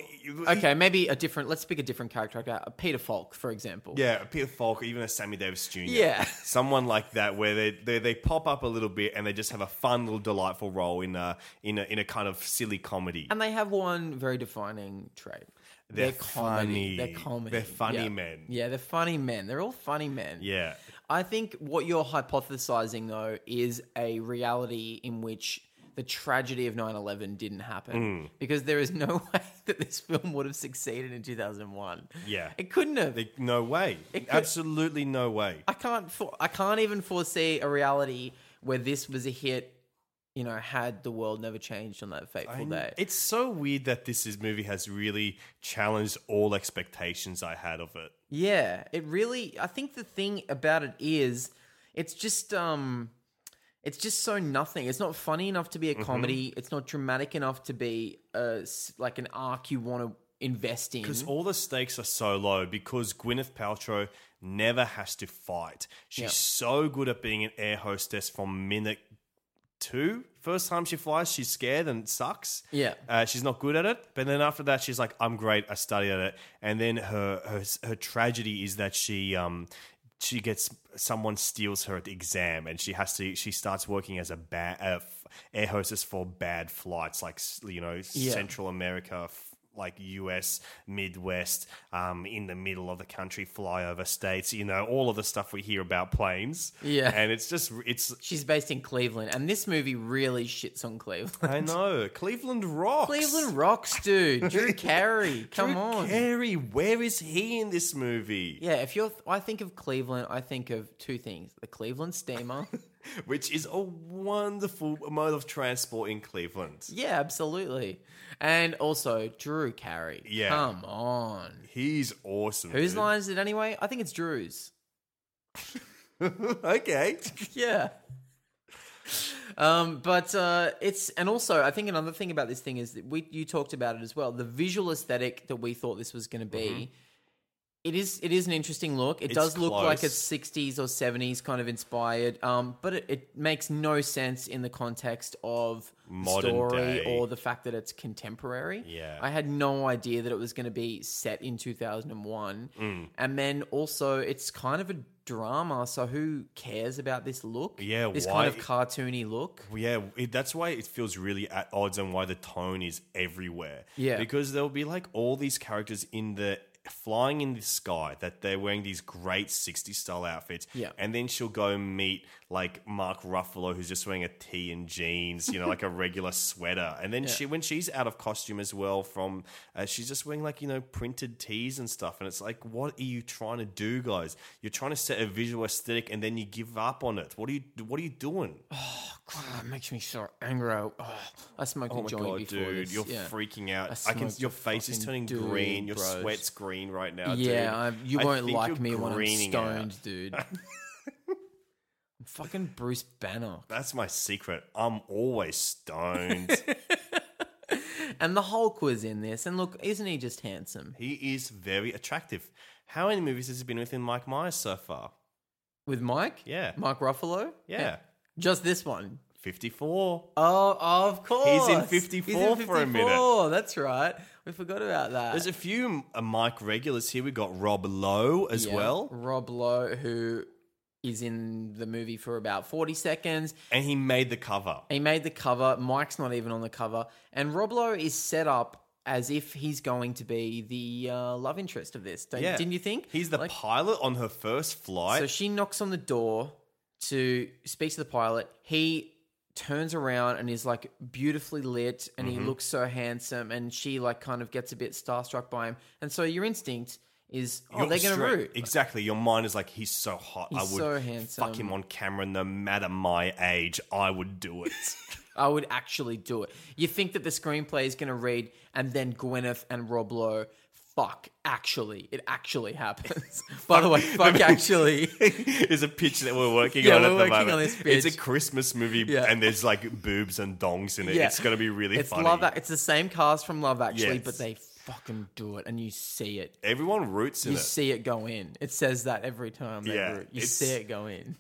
Okay, maybe a different. Let's pick a different character. Like uh, Peter Falk, for example.
Yeah, Peter Falk, even a Sammy Davis Jr.
Yeah.
someone like that, where they, they they pop up a little bit and they just have a fun little delightful role in a in a in a kind of silly comedy.
And they have one very defining trait.
They're
comedy.
funny.
They're comedy.
They're funny
Yeah.
men.
Yeah, they're funny men. They're all funny men.
Yeah.
I think what you're hypothesizing, though, is a reality in which the tragedy of 9 11 didn't happen
Mm.
because there is no way that this film would have succeeded in 2001.
Yeah,
It couldn't have.
They- no way,
It could-
absolutely no way.
I can't. For, I can't even foresee a reality where this was a hit. You know, had the world never changed on that fateful
I-
day.
It's so weird that this is, movie has really challenged all expectations I had of it.
Yeah, it really. I think the thing about it is, it's just um, it's just so nothing. It's not funny enough to be a
Mhm.
comedy. It's not dramatic enough to be a s- like an arc you want to invest in.
Because all the stakes are so low because Gwyneth Paltrow never has to fight. She's
Yeah.
so good at being an air hostess from minute two. First time she flies, she's scared and it sucks.
Yeah.
Uh, she's not good at it. But then after that, she's like, I'm great. I studied it. And then her, her, her tragedy is that she. Um, she gets someone steals her at the exam, and she has to. She starts working as a ba- uh, f- air hostess for bad flights, like s- you know,
Yeah.
Central America, f- like US, Midwest, um, in the middle of the country, flyover states, you know, all of the stuff we hear about planes.
Yeah.
And it's just, it's,
She's based in Cleveland, and this movie really shits on Cleveland.
I know, Cleveland rocks.
Cleveland rocks, dude. Drew Carey, come
Drew
on.
Carey, where is he in this movie?
Yeah, if you're, I think of Cleveland. I think of two things: the Cleveland Steamer.
Which is a wonderful mode of transport in Cleveland.
yeah, absolutely, and also Drew Carey.
Yeah.
come on.
He's awesome.
Whose
dude.
line is it anyway? I think it's Drew's.
okay.
yeah. Um, but uh, it's and also I think another thing about this thing is that we you talked about it as well. The visual aesthetic that we thought this was going to be, it is it is an interesting look. It
Mm-hmm. It's
does look like
close.
it's sixties or seventies kind of inspired, um, but it, it makes no sense in the context of the
Modern
story
day.
or the fact that it's contemporary.
Yeah.
I had no idea that it was going to be set in two thousand and one.
Mm.
And then also, it's kind of a drama, so who cares about this look?
Yeah,
this
why-
kind of cartoony look.
Well, Yeah, it, that's why it feels really at odds and why the tone is everywhere.
Yeah.
Because there'll be like all these characters in the flying in the sky that they're wearing these great 60s style outfits.
Yeah.
And then she'll go meet like Mark Ruffalo who's just wearing a tee and jeans, you know, like a regular sweater. And then
Yeah.
she when she's out of costume as well from uh, she's just wearing like, you know, printed tees and stuff and it's like what are you trying to do guys? You're trying to set a visual aesthetic and then you give up on it. What are you what are you doing?
Oh, God, it makes me so angry. Oh, I smoked
Oh
a
my
joint
god,
before
dude!
this.
You're
yeah.
freaking out.
I
I, can.
smoked
Your
a
face is
fucking
turning
dude,
green. Your
bros.
sweat's green right now.
yeah, I,
dude.
you
I
won't
think
like
you're
me when I'm
greening out.
stoned, dude. I'm fucking Bruce Banner.
That's my secret. I'm always stoned.
And the Hulk was in this, and look, isn't he just handsome?
he is very attractive. How many movies has he been with in Mike Myers so far?
With Mike?
Yeah.
Mark Ruffalo?
Yeah,
Just this one.
fifty-four.
Oh, of course.
He's in 54 for a minute.
54, That's right. We forgot about that.
There's a few uh, Mike regulars here. We got Rob Lowe as
Yeah.
well,
Rob Lowe, who is in the movie for about 40 seconds.
and he made the cover.
He made the cover. Mike's not even on the cover. And Rob Lowe is set up as if he's going to be the uh, love interest of this. Don't,
Yeah.
Didn't you think?
He's the
Like-
pilot on her first flight.
So she knocks on the door to speak to the pilot. He turns around and is like beautifully lit
Mm-hmm.
and he looks so handsome and she like kind of gets a bit starstruck by him. And so your instinct is oh
You're
they're going to
straight-
root.
Exactly. Your mind is like, he's so hot. I
He's
would
so handsome.
fuck him on camera no matter my age. I would do it.
I would actually do it. You think that the screenplay is going to read and then Gwyneth and Rob Lowe. Fuck, actually, it actually happens. By the way, fuck, actually,
is a pitch that we're working
Yeah,
on
we're
at the
working
moment.
on this
It's
pitch.
a Christmas movie
Yeah.
and there's like boobs and dongs in it.
Yeah.
It's going to be really
it's
funny.
Love, Ac- it's the same cast from Love Actually,
Yes.
but they fucking do it, and you see it.
Everyone roots in
You
it.
see it go in. It says that every time they
Yeah,
root. You
it's-
see it go in.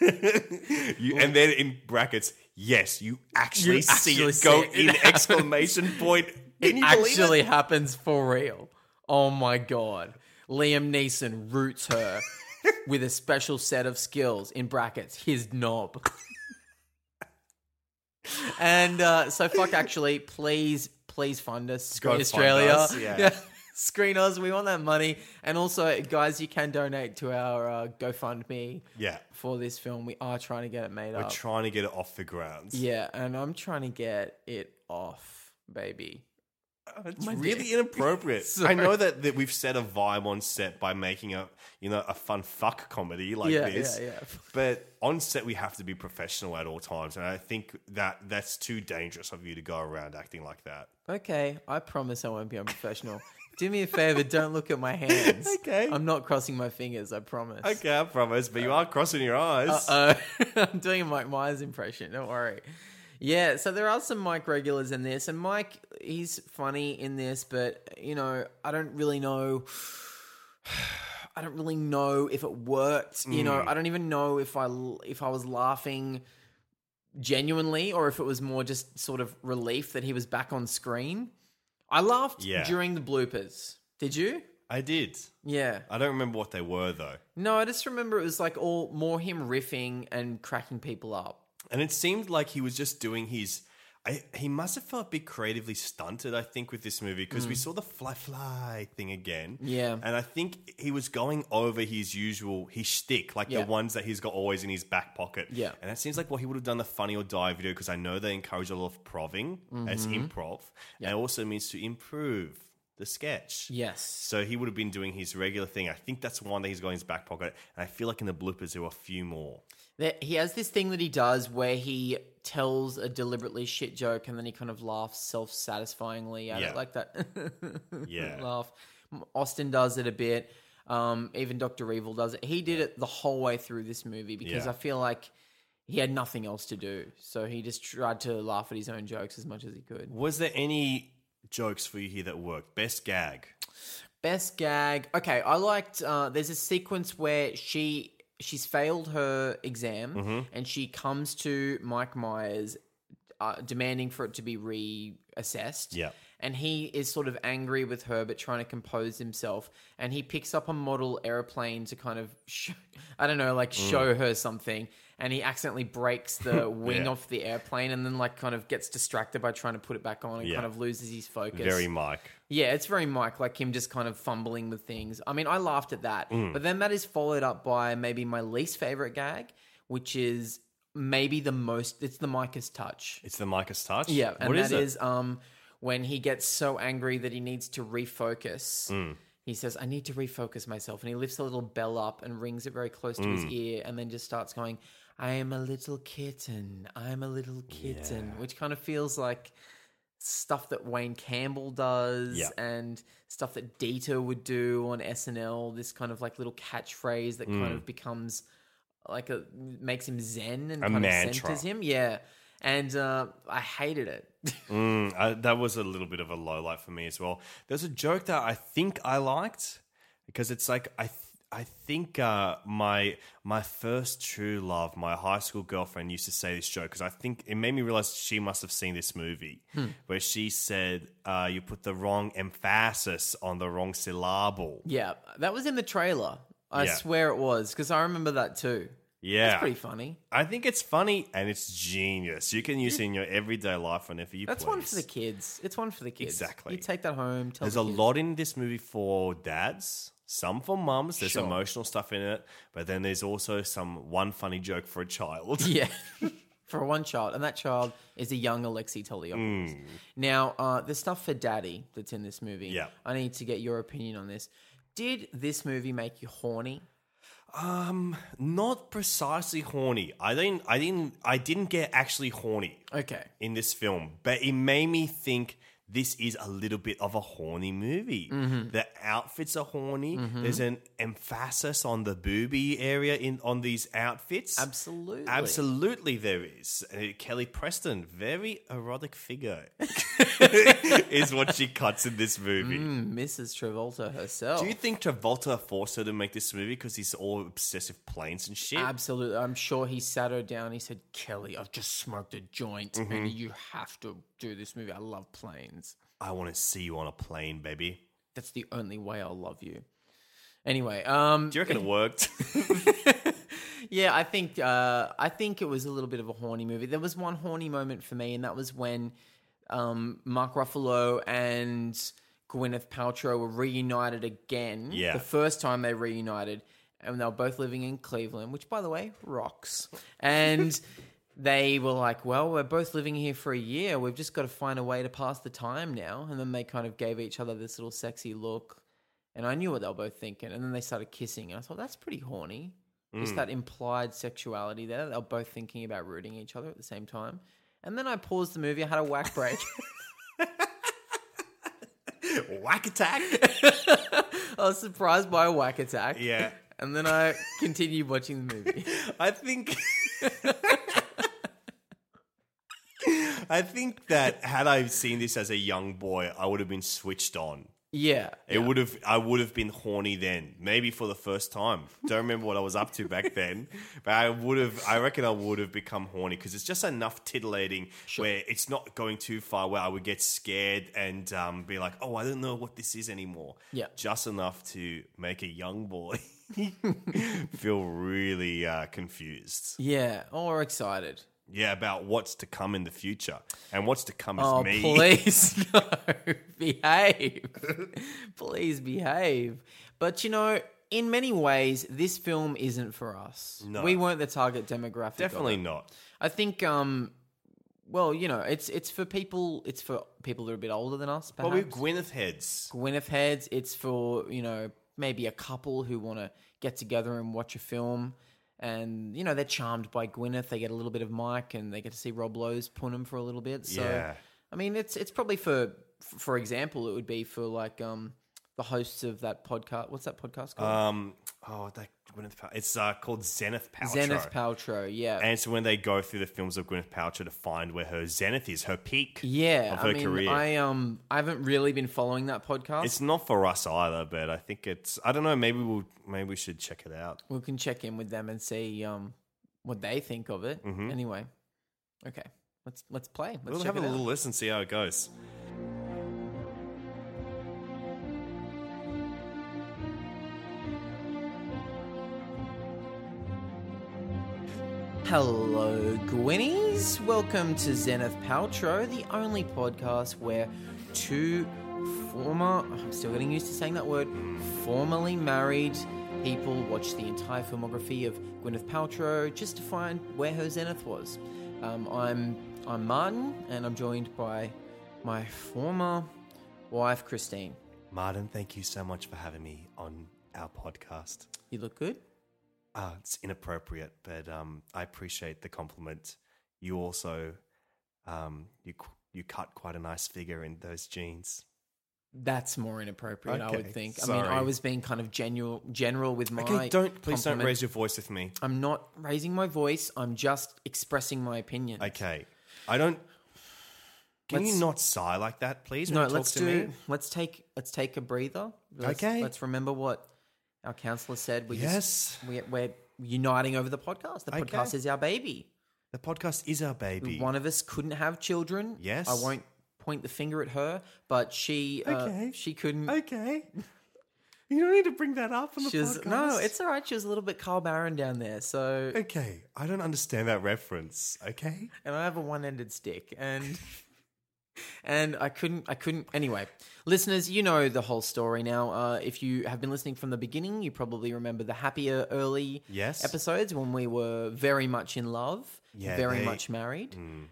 You, and then in brackets, yes, you actually
You
see
actually
it go
see it.
in
It happens.
exclamation point.
It
Can you
actually
believe it?
happens for real. Oh my god. Liam Neeson roots her with a special set of skills in brackets, his knob. and uh, so fuck actually, please, please fund us.
Go
Screen
fund
Australia.
us, yeah.
Screen Oz, we want that money. And also, guys, you can donate to our uh, GoFundMe
Yeah.
for this film. We are trying to get it made
We're
up.
trying to get it off the grounds.
yeah, and I'm trying to get it off, baby.
It's
My
really
dick.
inappropriate.
Sorry.
I know that, that we've set a vibe on set by making a you know a fun fuck comedy like
Yeah,
this.
yeah, yeah.
But on set we have to be professional at all times, and I think that that's too dangerous of you to go around acting like that.
Okay, I promise I won't be unprofessional. Do me a favor, don't look at my hands.
Okay.
I'm not crossing my fingers, I promise.
Okay, I promise, but you are crossing your eyes.
Uh oh. I'm doing a Mike Myers impression, don't worry. Yeah, so there are some Mike regulars in this, and Mike, he's funny in this, but, you know, I don't really know. I don't really know if it worked. You know, I don't even know if I l- if I was laughing genuinely or if it was more just sort of relief that he was back on screen. I laughed
Yeah.
during the bloopers. Did you?
I did.
Yeah.
I don't remember what they were though.
No, I just remember it was like all more him riffing and cracking people up.
and it seemed like he was just doing his. I, he must have felt a bit creatively stunted, I think, with this movie because we saw the fly fly thing again.
Mm. Yeah.
and I think he was going over his usual his shtick, like
Yeah.
the ones that he's got always in his back pocket.
Yeah.
and that seems like what he would have done the funny or die video because I know they encourage a lot of proving
Mm-hmm.
as improv, and it also means to improve the sketch.
Yes.
So he would have been doing his regular thing. I think that's one that he's got in his back pocket, and I feel like in the bloopers there were a few more.
That he has this thing that he does where he tells a deliberately shit joke and then he kind of laughs self satisfyingly at
Yeah.
it like that.
Yeah.
laugh. Austin does it a bit. Um, even Doctor Evil does it. He did it the whole way through this movie because
Yeah.
I feel like he had nothing else to do, so he just tried to laugh at his own jokes as much as he could.
Was there any jokes for you here that worked? Best gag.
Best gag. Okay, I liked. Uh, there's a sequence where she she's failed her exam
Mm-hmm.
and she comes to Mike Myers, uh, demanding for it to be reassessed.
Yeah.
And he is sort of angry with her, but trying to compose himself. And he picks up a model airplane to kind of, sh- I don't know, like
Mm.
show her something. And he accidentally breaks the wing
Yeah.
off the airplane, and then like kind of gets distracted by trying to put it back on, and
Yeah.
kind of loses his focus.
Very Mike.
Yeah, it's very Mike, like him just kind of fumbling with things. I mean, I laughed at that. But then that is followed up by maybe my least favorite gag, which is maybe the most, it's the Micah's touch.
It's the Micah's touch.
Yeah, and
what is
that
it?
is, um, when he gets so angry that he needs to refocus.
Mm.
He says, "I need to refocus myself," and he lifts a little bell up and rings it very close to his
Mm.
ear, and then just starts going, "I am a little kitten. I am a little kitten," which kind of feels like stuff that Wayne Campbell does
Yeah.
and stuff that Dieter would do on SNL. This kind of like little catchphrase that
Mm.
kind of becomes like a makes him zen and
A
kind
mantra.
of centers him. Yeah. And uh, I hated it.
Mm, I, that was a little bit of a low light for me as well. There's a joke that I think I liked because it's like I. Th- I think uh, my my first true love, my high school girlfriend, used to say this joke because I think it made me realize she must have seen this movie
Hmm.
where she said uh, you put the wrong emphasis on the wrong syllable.
yeah, that was in the trailer. I
Yeah.
swear it was because I remember that too.
Yeah,
It's pretty funny.
I think it's funny and it's genius. You can use it in your everyday life whenever you
That's
please.
one for the kids. It's one for the kids.
Exactly.
You take that home. Tell
There's
the
a
kids.
lot in this movie for dads, some for mums. There's
Sure.
emotional stuff in it, but then there's also some one funny joke for a child.
Yeah. for one child. And that child is a young Alexi Toliopoulos. Now, uh, the stuff for daddy that's in this movie,
Hmm. Yeah.
I need to get your opinion on this. Did this movie make you horny?
Um, not precisely horny. I didn't. I didn't. I didn't get actually horny.
Okay.
In this film, but it made me think this is a little bit of a horny movie.
Mhm.
The outfits are horny.
Mhm.
There's an emphasis on the booby area in on these outfits.
Absolutely.
Absolutely, there is. Uh, Kelly Preston, very erotic figure, is what she cuts in this movie.
Mm, Mrs. Travolta herself.
Do you think Travolta forced her to make this movie because he's all obsessive planes and shit?
Absolutely. I'm sure he sat her down. He said, Kelly, I've just smoked a joint and
Mhm.
you have to do this movie. I love planes.
I want to see you on a plane, baby.
That's the only way I'll love you. Anyway, um,
do you reckon it worked?
yeah, I think uh, I think it was a little bit of a horny movie. There was one horny moment for me, and that was when um, Mark Ruffalo and Gwyneth Paltrow were reunited again.
Yeah.
the first time they reunited, and they were both living in Cleveland, which, by the way, rocks. And they were like, "Well, we're both living here for a year. We've just got to find a way to pass the time now." And then they kind of gave each other this little sexy look. And I knew what they were both thinking. And then they started kissing. And I thought, that's pretty horny. Just
Mm.
that implied sexuality there. They were both thinking about rooting each other at the same time. And then I paused the movie. I had a whack break.
whack attack?
I was surprised by a whack attack.
Yeah.
And then I continued watching the movie.
I think. I think that had I seen this as a young boy, I would have been switched on.
Yeah.
It would have I would have been horny then, maybe for the first time. Don't remember what I was up to back then, but I would have I reckon I would have become horny because it's just enough titillating where it's not going too far where I would get scared and um, be like, "Oh, I don't know what this is anymore."
Yeah.
Just enough to make a young boy feel really uh, confused.
Yeah. Or excited.
Yeah, about what's to come in the future and what's to come
Oh,
is me.
please, no. behave. please behave. But, you know, in many ways, this film isn't for us.
No.
We weren't the target demographic. of
Definitely
it.
not.
I think, um, well, you know, it's it's for people. It's for people that are a bit older than us.
Well,
Perhaps.
we're Gwyneth heads.
Gwyneth heads. It's for you know maybe a couple who want to get together and watch a film, and you know they're charmed by Gwyneth. They get a little bit of Mike, and they get to see Rob Lowe's punim for a little bit. So
Yeah.
I mean, it's it's probably for for example, it would be for like um the hosts of that podcast. What's that podcast called?
Um, oh, that Gwyneth Paltrow. It's uh, called Zenith Paltrow.
Zenith Paltrow. Yeah.
And it's when they go through the films of Gwyneth Paltrow to find where her zenith is, her peak
yeah,
of her
I mean,
career.
I um, I haven't really been following that podcast.
it's not for us either, but I think it's. I don't know. Maybe we'll. Maybe we should check it out.
we can check in with them and see um what they think of it.
Mhm.
Anyway, okay, let's let's play. Let's
we'll
check
have a
it out.
little listen, see how it goes.
Hello, Gwinnies. Welcome to Zenith Paltrow, the only podcast where two former, I'm still getting used to saying that word, formerly married people watch the entire filmography of Gwyneth Paltrow just to find where her zenith was. Um, I'm, I'm Martin, and I'm joined by my former wife, Christine.
Martin, thank you so much for having me on our podcast.
You look good.
Uh, it's inappropriate, but um, I appreciate the compliment. You also, um, you qu- you cut quite a nice figure in those jeans.
That's more inappropriate, I
Okay,
would think. I mean,
sorry.
I was being kind of general, general with my.
okay, don't please don't
compliment.
raise your voice with me.
I'm not raising my voice. I'm just expressing my opinion.
Okay. I don't. Can
Let's-
you not sigh like that, please? when
No,
you talk
let's
to
do.
me?
Let's take. Let's take a breather. Let's,
Okay.
Let's remember what our counselor said. We
Yes.
Just, we, we're uniting over the podcast. The
Okay.
podcast is our baby.
The podcast is our baby.
One of us couldn't have children.
Yes.
I won't point the finger at her, but she. Uh,
Okay.
She couldn't.
Okay. You don't need to bring that up on
She was, no, it's all right. She was a little bit Carl Barron down there. So
okay. I don't understand that reference. Okay.
and I have a one-ended stick and and I couldn't I couldn't anyway. Listeners, you know the whole story now. Uh, if you have been listening from the beginning, you probably remember the happier early
Yes.
episodes when we were very much in love,
Yeah,
very
they-
much married.
Mm.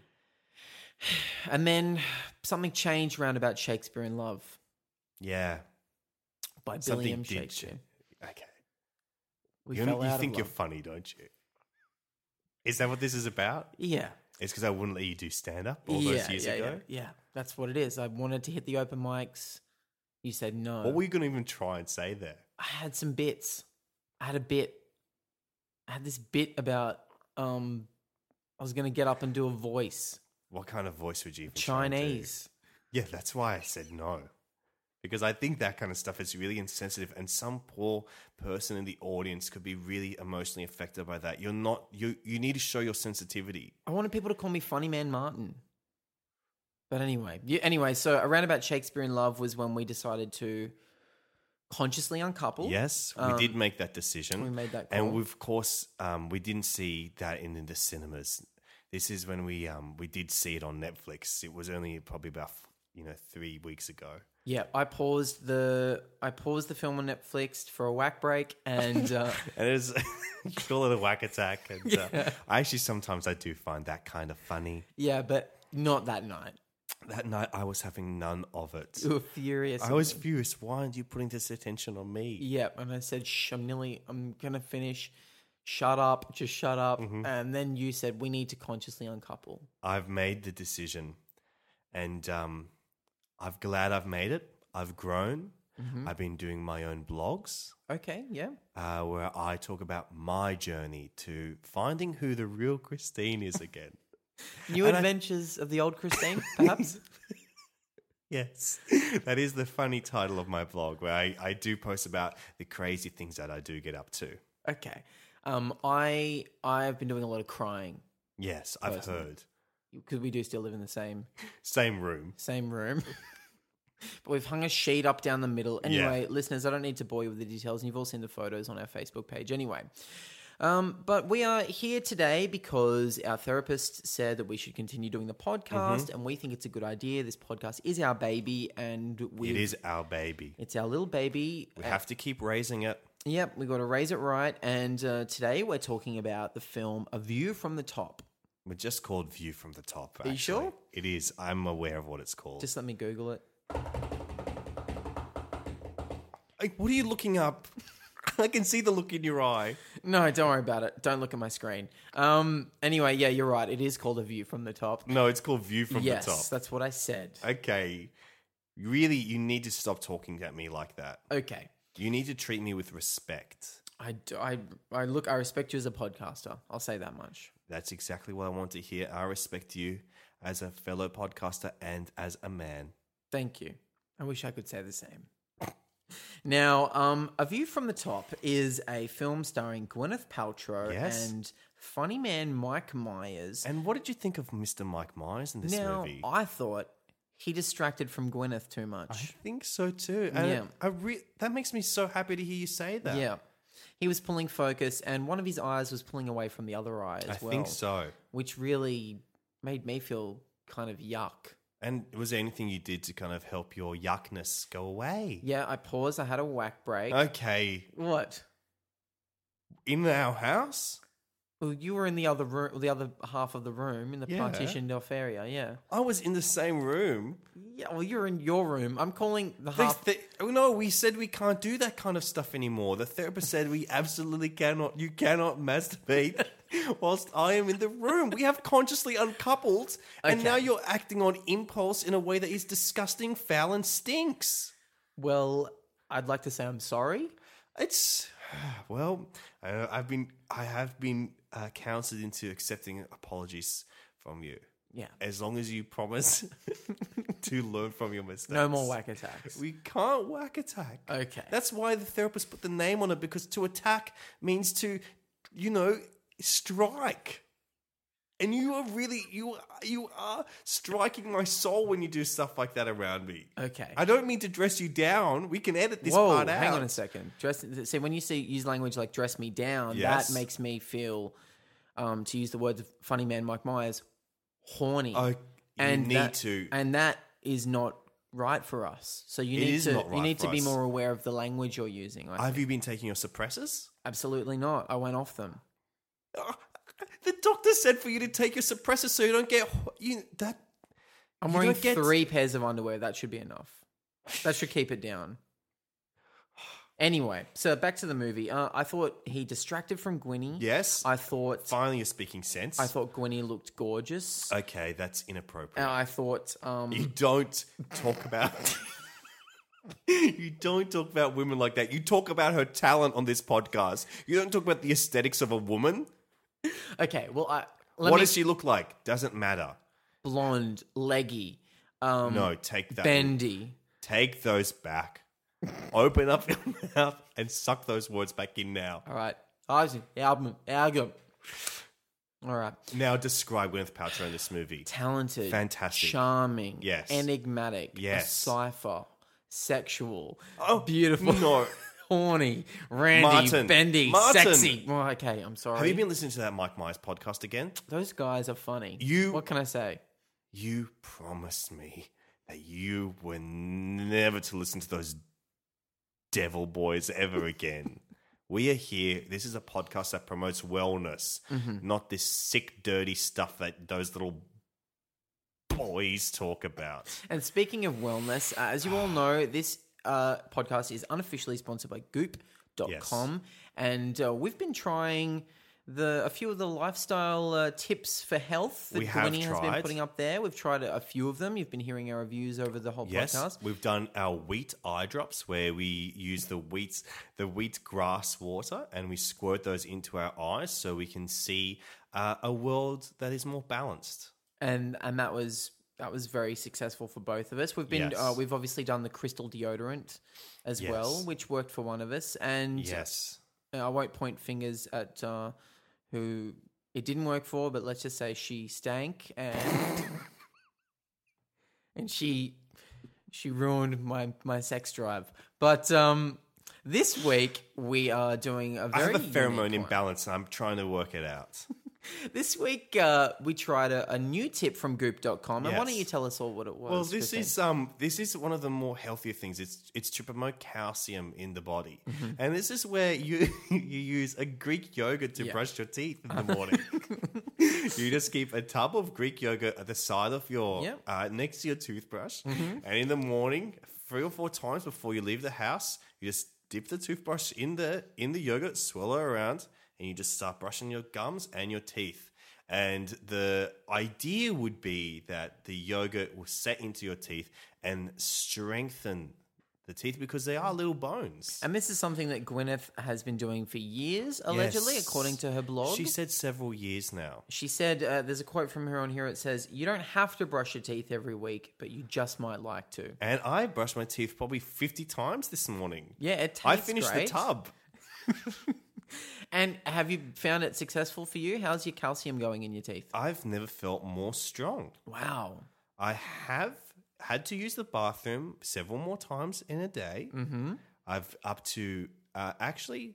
And then something changed round about Shakespeare in Love.
Yeah.
by
Something
Billy M.
did
Shakespeare.
Okay.
We
You're-
fell
you
out of
think you're
love.
funny, don't you? Is that what this is about?
Yeah.
It's because I wouldn't let you do stand up all those years
yeah,
ago.
Yeah, yeah, that's what it is. I wanted to hit the open mics. You said no.
What were you going to even try and say there?
I had some bits. I had a bit. I had this bit about um, I was going to get up and do a voice.
What kind of voice would you even try and do?
Chinese.
Yeah, that's why I said no. Because I think that kind of stuff is really insensitive, and some poor person in the audience could be really emotionally affected by that. You're not you. You need to show your sensitivity.
I wanted people to call me Funny Man Martin. But anyway, yeah, anyway, so around about Shakespeare in Love was when we decided to consciously uncouple.
Yes, we
Um,
did make that decision.
we made that
and
call.
we, of course, um, we didn't see that in the cinemas. This is when we um, we did see it on Netflix. It was only probably about you know three weeks ago.
Yeah, I paused the I paused the film on Netflix for a whack break and uh,
and it's call it a whack attack. And uh,
Yeah.
I actually sometimes I do find that kind of funny.
yeah, but not that night.
That night I was having none of it.
You were furious.
I
at
was
me.
furious. Why aren't you putting this attention on me?
Yep, and I said, Shh, I'm nearly, I'm gonna finish. Shut up, just shut up.
Mm-hmm.
And then you said, we need to consciously uncouple.
I've made the decision, and um, I'm glad I've made it. I've grown.
Mhm.
I've been doing my own blogs
Okay, yeah.
uh, where I talk about my journey to finding who the real Christine is again.
New
And I-
Adventures of the Old Christine, perhaps?
Yes. that is the funny title of my blog where I, I do post about the crazy things that I do get up to.
okay. Um, I I've been doing a lot of crying
Yes, I've
Personally.
heard.
because we do still live in the same
Same room.
same room. but we've hung a sheet up down the middle.
Yeah.
Anyway, listeners, I don't need to bore you with the details, and you've all seen the photos on our Facebook page anyway. Um, but we are here today because our therapist said that we should continue doing the podcast,
Mm-hmm.
and we think it's a good idea. This podcast is our baby, and we
It is our baby.
it's our little baby.
We
Uh,
have to keep raising it.
Yep, we got to raise it right. And uh, today we're talking about the film A View from the Top.
We're just called View from the Top.
Are you
actually.
sure?
It is. I'm aware of what it's called.
Just let me Google it.
Like, what are you looking up? I can see the look in your eye.
No, don't worry about it. Don't look at my screen. Um. Anyway, yeah, you're right. It is called a view from the top.
No, it's called View from
yes,
the Top.
that's what I said.
Okay. Really, you need to stop talking at me like that.
Okay.
You need to treat me with respect.
I, do- I, I look. I respect you as a podcaster. I'll say that much.
That's exactly what I want to hear. I respect you as a fellow podcaster and as a man.
Thank you. I wish I could say the same. Now, um, A View from the Top is a film starring Gwyneth Paltrow
Yes.
and funny man Mike Myers.
And what did you think of Mr. Mike Myers in this
now,
movie?
I thought he distracted from Gwyneth too much.
I think so too. And
Yeah.
I re- that makes me so happy to hear you say that.
Yeah. He was pulling focus, and one of his eyes was pulling away from the other eye as
I
well.
think so.
Which really made me feel kind of yuck.
And was there anything you did to kind of help your yuckness go away?
Yeah, I paused. I had a whack break.
Okay.
What?
In our house?
Well, you were in the other room, the other half of the room, in the
Yeah.
partitioned off area. Yeah.
I was in the same room.
Yeah. Well, you're in your room. I'm calling the
They,
half.
they, oh no, we said we can't do that kind of stuff anymore. The therapist said we absolutely cannot. You cannot masturbate whilst I am in the room. We have consciously uncoupled, and
Okay.
now you're acting on impulse in a way that is disgusting, foul, and stinks.
well, I'd like to say I'm sorry.
It's well, I, I've been, I have been uh, counseled into accepting apologies from you,
Yeah.
as long as you promise to learn from your mistakes.
No more Uh, whack attacks.
We can't whack attack.
Okay.
That's why the therapist put the name on it because to attack means to, you know, strike. And you are really you are- you are striking my soul when you do stuff like that around me.
Okay.
I don't mean to dress you down. We can edit this
Whoa,
part out.
hang on a second. Dress, see, when you see use language like "dress me down,"
Yes.
that makes me feel, um, to use the words of funny man Mike Myers, horny.
Oh, you need
that-
to.
and that is not right for us. So you
It
need
is
to
not
you
right
need
for
to be
us.
more aware of the language you're using. I
Have
think.
you been taking your suppressors?
absolutely not. I went off them.
Oh, the doctor said for you to take your suppressors so you don't get wh- you that.
I'm
You
wearing
don't get-
three pairs of underwear. That should be enough. That should keep it down. Anyway, so back to the movie. Uh, I thought he distracted from Gwynny.
Yes.
I thought.
Finally, you're speaking sense.
I thought Gwynny looked gorgeous.
Okay, that's inappropriate.
And I thought. Um,
Uh, You don't talk about. you don't talk about women like that. You talk about her talent on this podcast. You don't talk about the aesthetics of a woman.
okay, well, I.
What
Let me,
does she look like? Doesn't matter.
Blonde, leggy. Um,
no, take that.
Bendy.
Take those back. Open up your mouth and suck those words back in now.
All right. Isaac, album, album. All right.
Now describe Gwyneth Paltrow in this movie.
Talented.
Fantastic.
Charming.
Yes.
Enigmatic.
Yes.
A cipher. Sexual.
Oh,
beautiful.
No.
Horny. Randy.
Martin.
Bendy.
Martin.
Sexy. Well, okay, I'm sorry.
Have you been listening to that Mike Myers podcast again?
Those guys are funny.
You-
What can I say?
You promised me that you were never to listen to those devil boys ever again. we are here. This is a podcast that promotes wellness, not this sick, dirty stuff that those little boys talk about.
And speaking of wellness, uh, as you all
Ah.
know, this uh, podcast is unofficially sponsored by Goop.com, and uh, we've been trying the a few of the lifestyle uh, tips for health that
We have
Gwynny has been
tried.
putting up there. We've tried a, a few of them. You've been hearing our reviews over the whole
Yes,
podcast.
we've done our wheat eye drops where we use the wheat the wheat grass water and we squirt those into our eyes so we can see uh, a world that is more balanced.
and and that was that was very successful for both of us. We've been
Yes.
uh, we've obviously done the crystal deodorant as well,
Yes.
which worked for one of us. And
Yes,
uh, I won't point fingers at uh, who it didn't work for, but let's just say she stank and and she she ruined my my sex drive. But um, this week we are doing a
I
very
have a pheromone
unique one.
imbalance and I'm trying to work it out.
This week uh, we tried a, a new tip from Goop.com, and why don't
Yes.
you tell us all what it was?
Well, this
Christine?
is um, this is one of the more healthier things. It's it's to promote calcium in the body,
Mm-hmm.
and this is where you you use a Greek yogurt to brush your teeth in the morning. you just keep a tub of Greek yogurt at the side of your
Yep.
uh, next to your toothbrush,
Mm-hmm.
and in the morning, three or four times before you leave the house, you just dip the toothbrush in the in the yogurt, swirl it around, and you just start brushing your gums and your teeth. And the idea would be that the yogurt will set into your teeth and strengthen the teeth because they are little bones.
and this is something that Gwyneth has been doing for years, allegedly,
Yes.
according to her blog.
She said several years now.
She said, uh, there's a quote from her on here. It says, You don't have to brush your teeth every week, but you just might like to.
And I brushed my teeth probably 50 times this morning.
Yeah, it
I
tastes
finished
great.
the tub.
And have you found it successful for you? How's your calcium going in your teeth?
I've never felt more strong.
Wow.
I have had to use the bathroom several more times in a day. Mm-hmm. I've up to uh, actually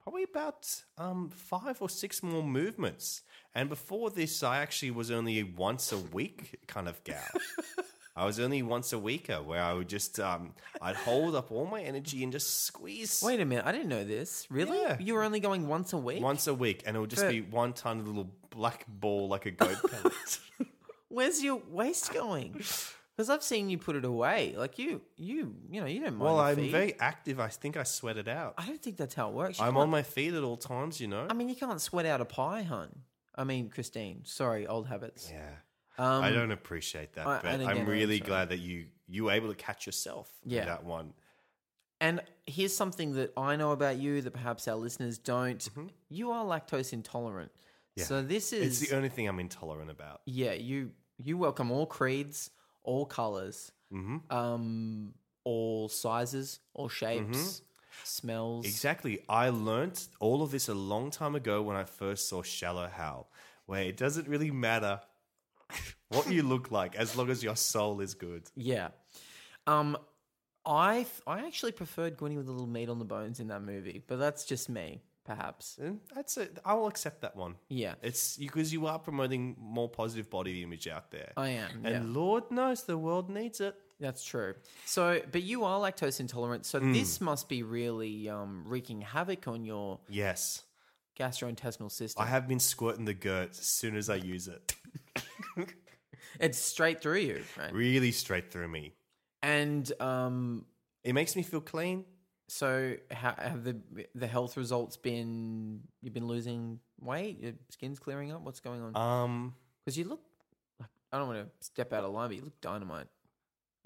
probably about um, five or six more movements. And before this, I actually was only a once a week kind of gal. I was only once a weeker where I would just um, I'd hold up all my energy and just squeeze
Wait a minute. I didn't know this. Really?
Yeah.
You were only going once a week?
once a week, and it would just
But-
be one tiny little black ball like a goat pellet.
Where's your waste going? Because I've seen you put it away. Like you, you, you know, you don't mind.
well,
the
I'm
feed.
very active. I think I sweat it out.
I don't think that's how it works. You
I'm
can't-
on my feet at all times, you know.
I mean, you can't sweat out a pie, hun. I mean, Christine. Sorry, old habits.
yeah,
Um,
I don't appreciate that,
I-
but
and again,
I'm
I'm
really
sorry.
glad that you you were able to catch yourself. with
Yeah.
that one.
And here's something that I know about you that perhaps our listeners don't. You are lactose intolerant.
Mm-hmm. Yeah.
So this is
it's the only thing I'm intolerant about.
yeah, you you welcome all creeds, all colors,
Mm-hmm.
um all sizes, all shapes,
Mm-hmm.
smells.
Exactly. I learnt all of this a long time ago when I first saw Shallow Hal, where it doesn't really matter what you look like as long as your soul is good.
Yeah. Um I th- I actually preferred Gwynny with a little meat on the bones in that movie, but that's just me, perhaps.
And that's it. I will accept that one.
Yeah.
It's because you are promoting more positive body image out there.
I am. yeah.
And Lord knows the world needs it.
That's true. So, but you are lactose intolerant, so
Hmm.
this must be really um, wreaking havoc on your
Yes.
gastrointestinal system.
I have been squirting the gurt as soon as I use it.
it's straight through you, right?
really straight through me.
and um,
It makes me feel clean.
So ha have the the health results been? You've been losing weight. Your skin's clearing up. What's going on?
Um,
because you look. like I don't want to step out of line, but you look dynamite.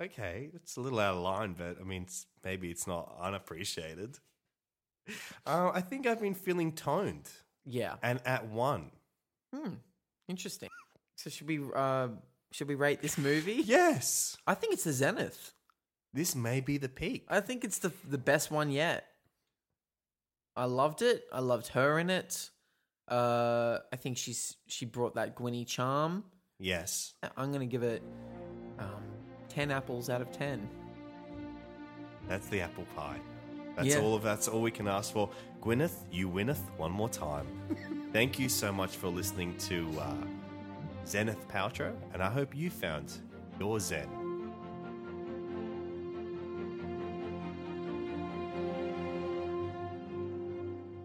Okay, it's a little out of line, but I mean, it's, maybe it's not unappreciated. Uh, I think I've been feeling toned
Yeah.
and at one.
Hmm. Interesting. So should we uh should we rate this movie?
Yes,
I think it's the zenith.
this may be the peak.
I think it's the the best one yet. I loved it. I loved her in it. Uh, I think she's she brought that Gwynny charm.
Yes,
I'm gonna give it um, ten apples out of ten.
that's the apple pie. That's
Yeah.
all of that's all we can ask for. Gwyneth, you winneth one more time. Thank you so much for listening to uh, Zenith Paltrow, and I hope you found your Zen.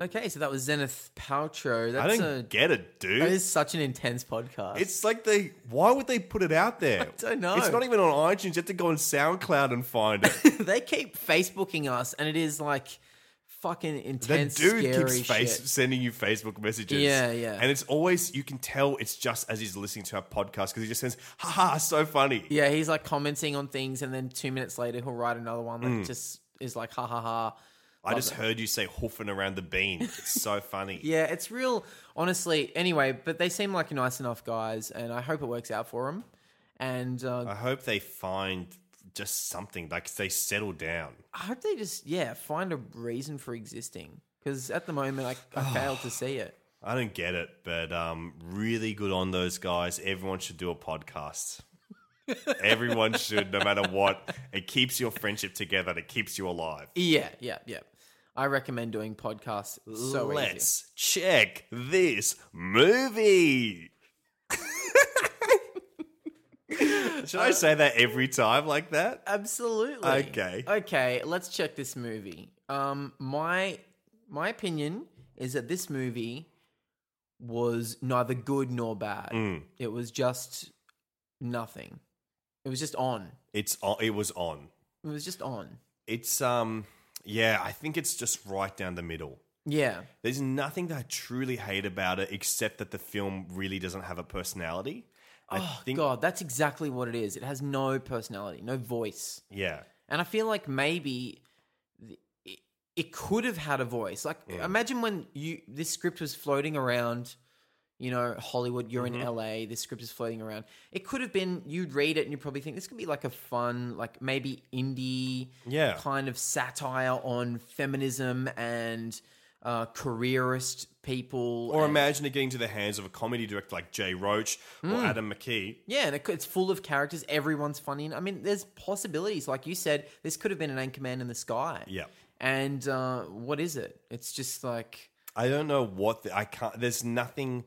Okay, so that was Zenith Paltrow. That's
I don't
a,
get it, dude.
that is such an intense podcast.
It's like they. Why would they put it out there? I
don't know.
It's not even on iTunes. You have to go on SoundCloud and find it.
they keep Facebooking us, and it is like fucking
that
intense,
dude
scary
keeps face,
shit.
sending you Facebook messages.
Yeah, yeah.
And it's always you can tell it's just as he's listening to our podcast because he just says, "Ha ha, so funny."
Yeah, he's like commenting on things, and then two minutes later, he'll write another one that
Mm.
just is like, ha ha ha.
I just heard you say hoofing around the bean. It's so funny.
Yeah, it's real, honestly. Anyway, but they seem like nice enough guys, and I hope it works out for them. And uh,
I hope they find just something like they settle down.
I hope they just, yeah, find a reason for existing. Because at the moment, I, I fail to see it.
I don't get it, but um, really good on those guys. Everyone should do a podcast. Everyone should, no matter what. It keeps your friendship together and it keeps you alive.
Yeah, yeah, yeah. I recommend doing podcasts. So easy.
Let's check this movie. should I say that every time like
Uh,
that?
Absolutely.
Okay.
Okay, let's check this movie. Um my my opinion is that this movie was neither good nor bad.
Hmm.
It was just nothing. It was just on.
It's on, it was on.
It was just on.
It's um yeah, I think it's just right down the middle.
Yeah.
There's nothing that I truly hate about it except that the film really doesn't have a personality. I think
Oh, God, that's exactly what it is. It has no personality, no voice.
yeah.
And I feel like maybe th- it, it could have had a voice. Like imagine when you this script was floating around, you know, Hollywood, you're
Mm-hmm.
in LA, this script is floating around. It could have been you'd read it and you probably think this could be like a fun, like maybe indie
Yeah.
kind of satire on feminism and uh careerist people
Or
and-
imagine it getting to the hands of a comedy director like Jay Roach
Hmm.
or Adam McKee.
Yeah, and it, c- it's full of characters. Everyone's funny. And I mean, there's possibilities. Like you said, this could have been an Anchorman in the sky.
Yeah.
And uh, what is it? It's just like
I don't know what the, I can't. There's nothing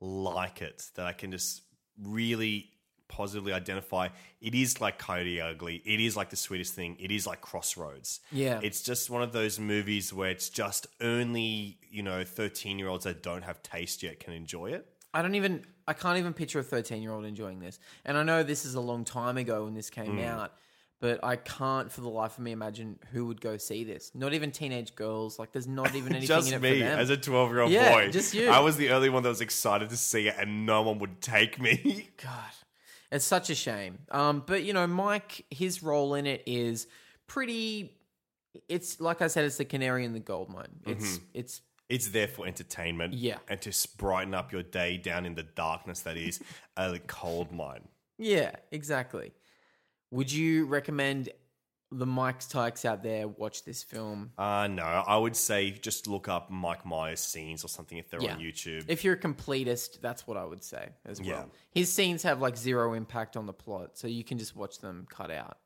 like it that I can just really positively identify. It is like Coyote Ugly. It is like The Sweetest Thing. It is like Crossroads.
Yeah.
it's just one of those movies where it's just only you know 13 year olds that don't have taste yet can enjoy it.
I don't even. I can't even picture a 13 year old enjoying this. And I know this is a long time ago when this came
Mm.
out, but I can't for the life of me imagine who would go see this. Not even teenage girls. Like there's not even anything
Just
in it
me
for them.
as a 12 year old
Yeah,
boy.
just you.
I was the only one that was excited to see it, and no one would take me.
God, it's such a shame. Um, but you know, Mike, his role in it is pretty. It's like I said, it's the canary in the gold mine.
Mm-hmm.
It's it's
It's there for entertainment,
Yeah.
and to s- brighten up your day down in the darkness that is a cold mine.
yeah, exactly. Would you recommend the Mike's Tykes out there watch this film?
Uh no, I would say just look up Mike Myers scenes or something if they're
Yeah.
on YouTube.
If you're a completist, that's what I would say as well.
Yeah.
His scenes have like zero impact on the plot, so you can just watch them cut out.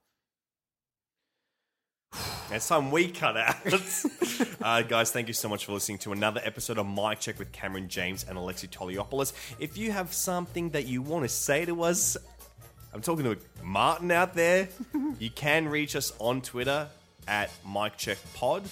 That's time we cut out. uh, guys, thank you so much for listening to another episode of Mic Check with Cameron James and Alexi Toliopoulos. If you have something that you want to say to us, I'm talking to Martin out there. you can reach us on Twitter at MicCheckPod.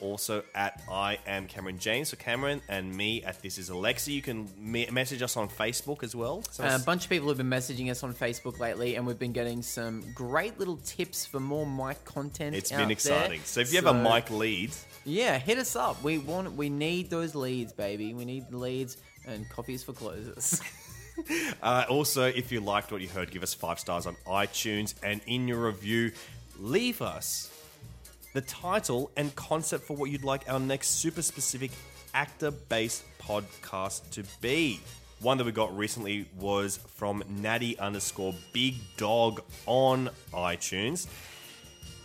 also at I am Cameron James. So Cameron and me at This Is Alexi. You can me- message us on Facebook as well. So
Uh, a bunch of people have been messaging us on Facebook lately, and we've been getting some great little tips for more mic content.
it's
out
been
there.
exciting. So if you have a
So-
mic lead,
yeah, hit us up. We want, we need those leads, baby. We need leads and coffees for closers.
Uh, also, if you liked what you heard, give us five stars on iTunes and in your review, leave us the title and concept for what you'd like our next super specific actor based podcast to be. One that we got recently was from Natty underscore Big Dog on iTunes.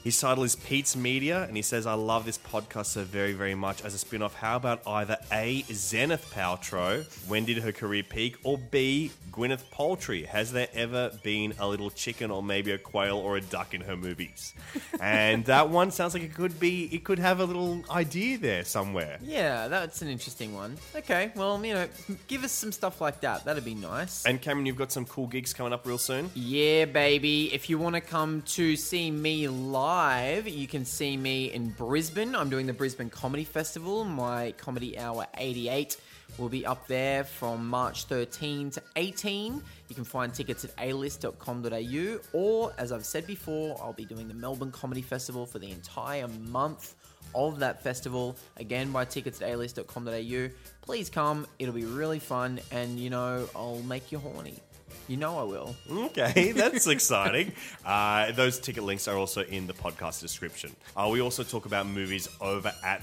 His title is Pete's Media, and he says, I love this podcast so very, very much. As a spin off, how about either A, Zenith Paltrow, when did her career peak, or B, Gwyneth Paltry? Has there ever been a little chicken or maybe a quail or a duck in her movies? and that one sounds like it could be, it could have a little idea there somewhere.
yeah, that's an interesting one. Okay, well, you know, give us some stuff like that. That'd be nice.
And Cameron, you've got some cool gigs coming up real soon.
Yeah, baby. If you want to come to see me live, you can see me in Brisbane. I'm doing the Brisbane Comedy Festival. My Comedy Hour 88 will be up there from March 13 to 18. You can find tickets at alist.com.au, or as I've said before, I'll be doing the Melbourne Comedy Festival for the entire month of that festival. Again, buy tickets at alist.com.au. Please come, it'll be really fun, and you know, I'll make you horny. You know I will.
Okay, that's exciting. Uh, those ticket links are also in the podcast description. Uh, we also talk about movies over at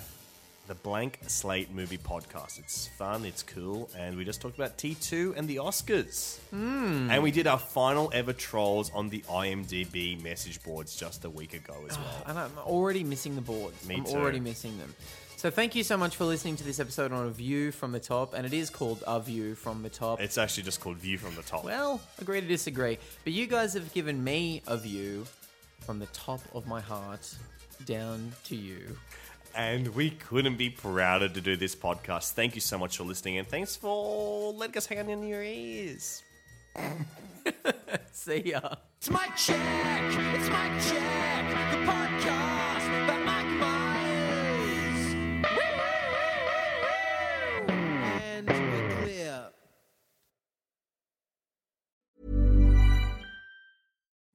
the Blank Slate Movie Podcast. It's fun, it's cool, and we just talked about T2 and the Oscars.
Hmm.
And we did our final ever trolls on the IMDb message boards just a week ago as well.
And I'm already missing the boards.
Me
I'm
too.
already missing them. So thank you so much for listening to this episode on A View from the Top, and it is called A View from the Top.
It's actually just called View from the Top.
Well, agree to disagree. But you guys have given me a view from the top of my heart down to you.
And we couldn't be prouder to do this podcast. Thank you so much for listening, and thanks for letting us hang out in your ears.
See ya.
It's my check. It's my check. The podcast by Mike Myers. And we're clear.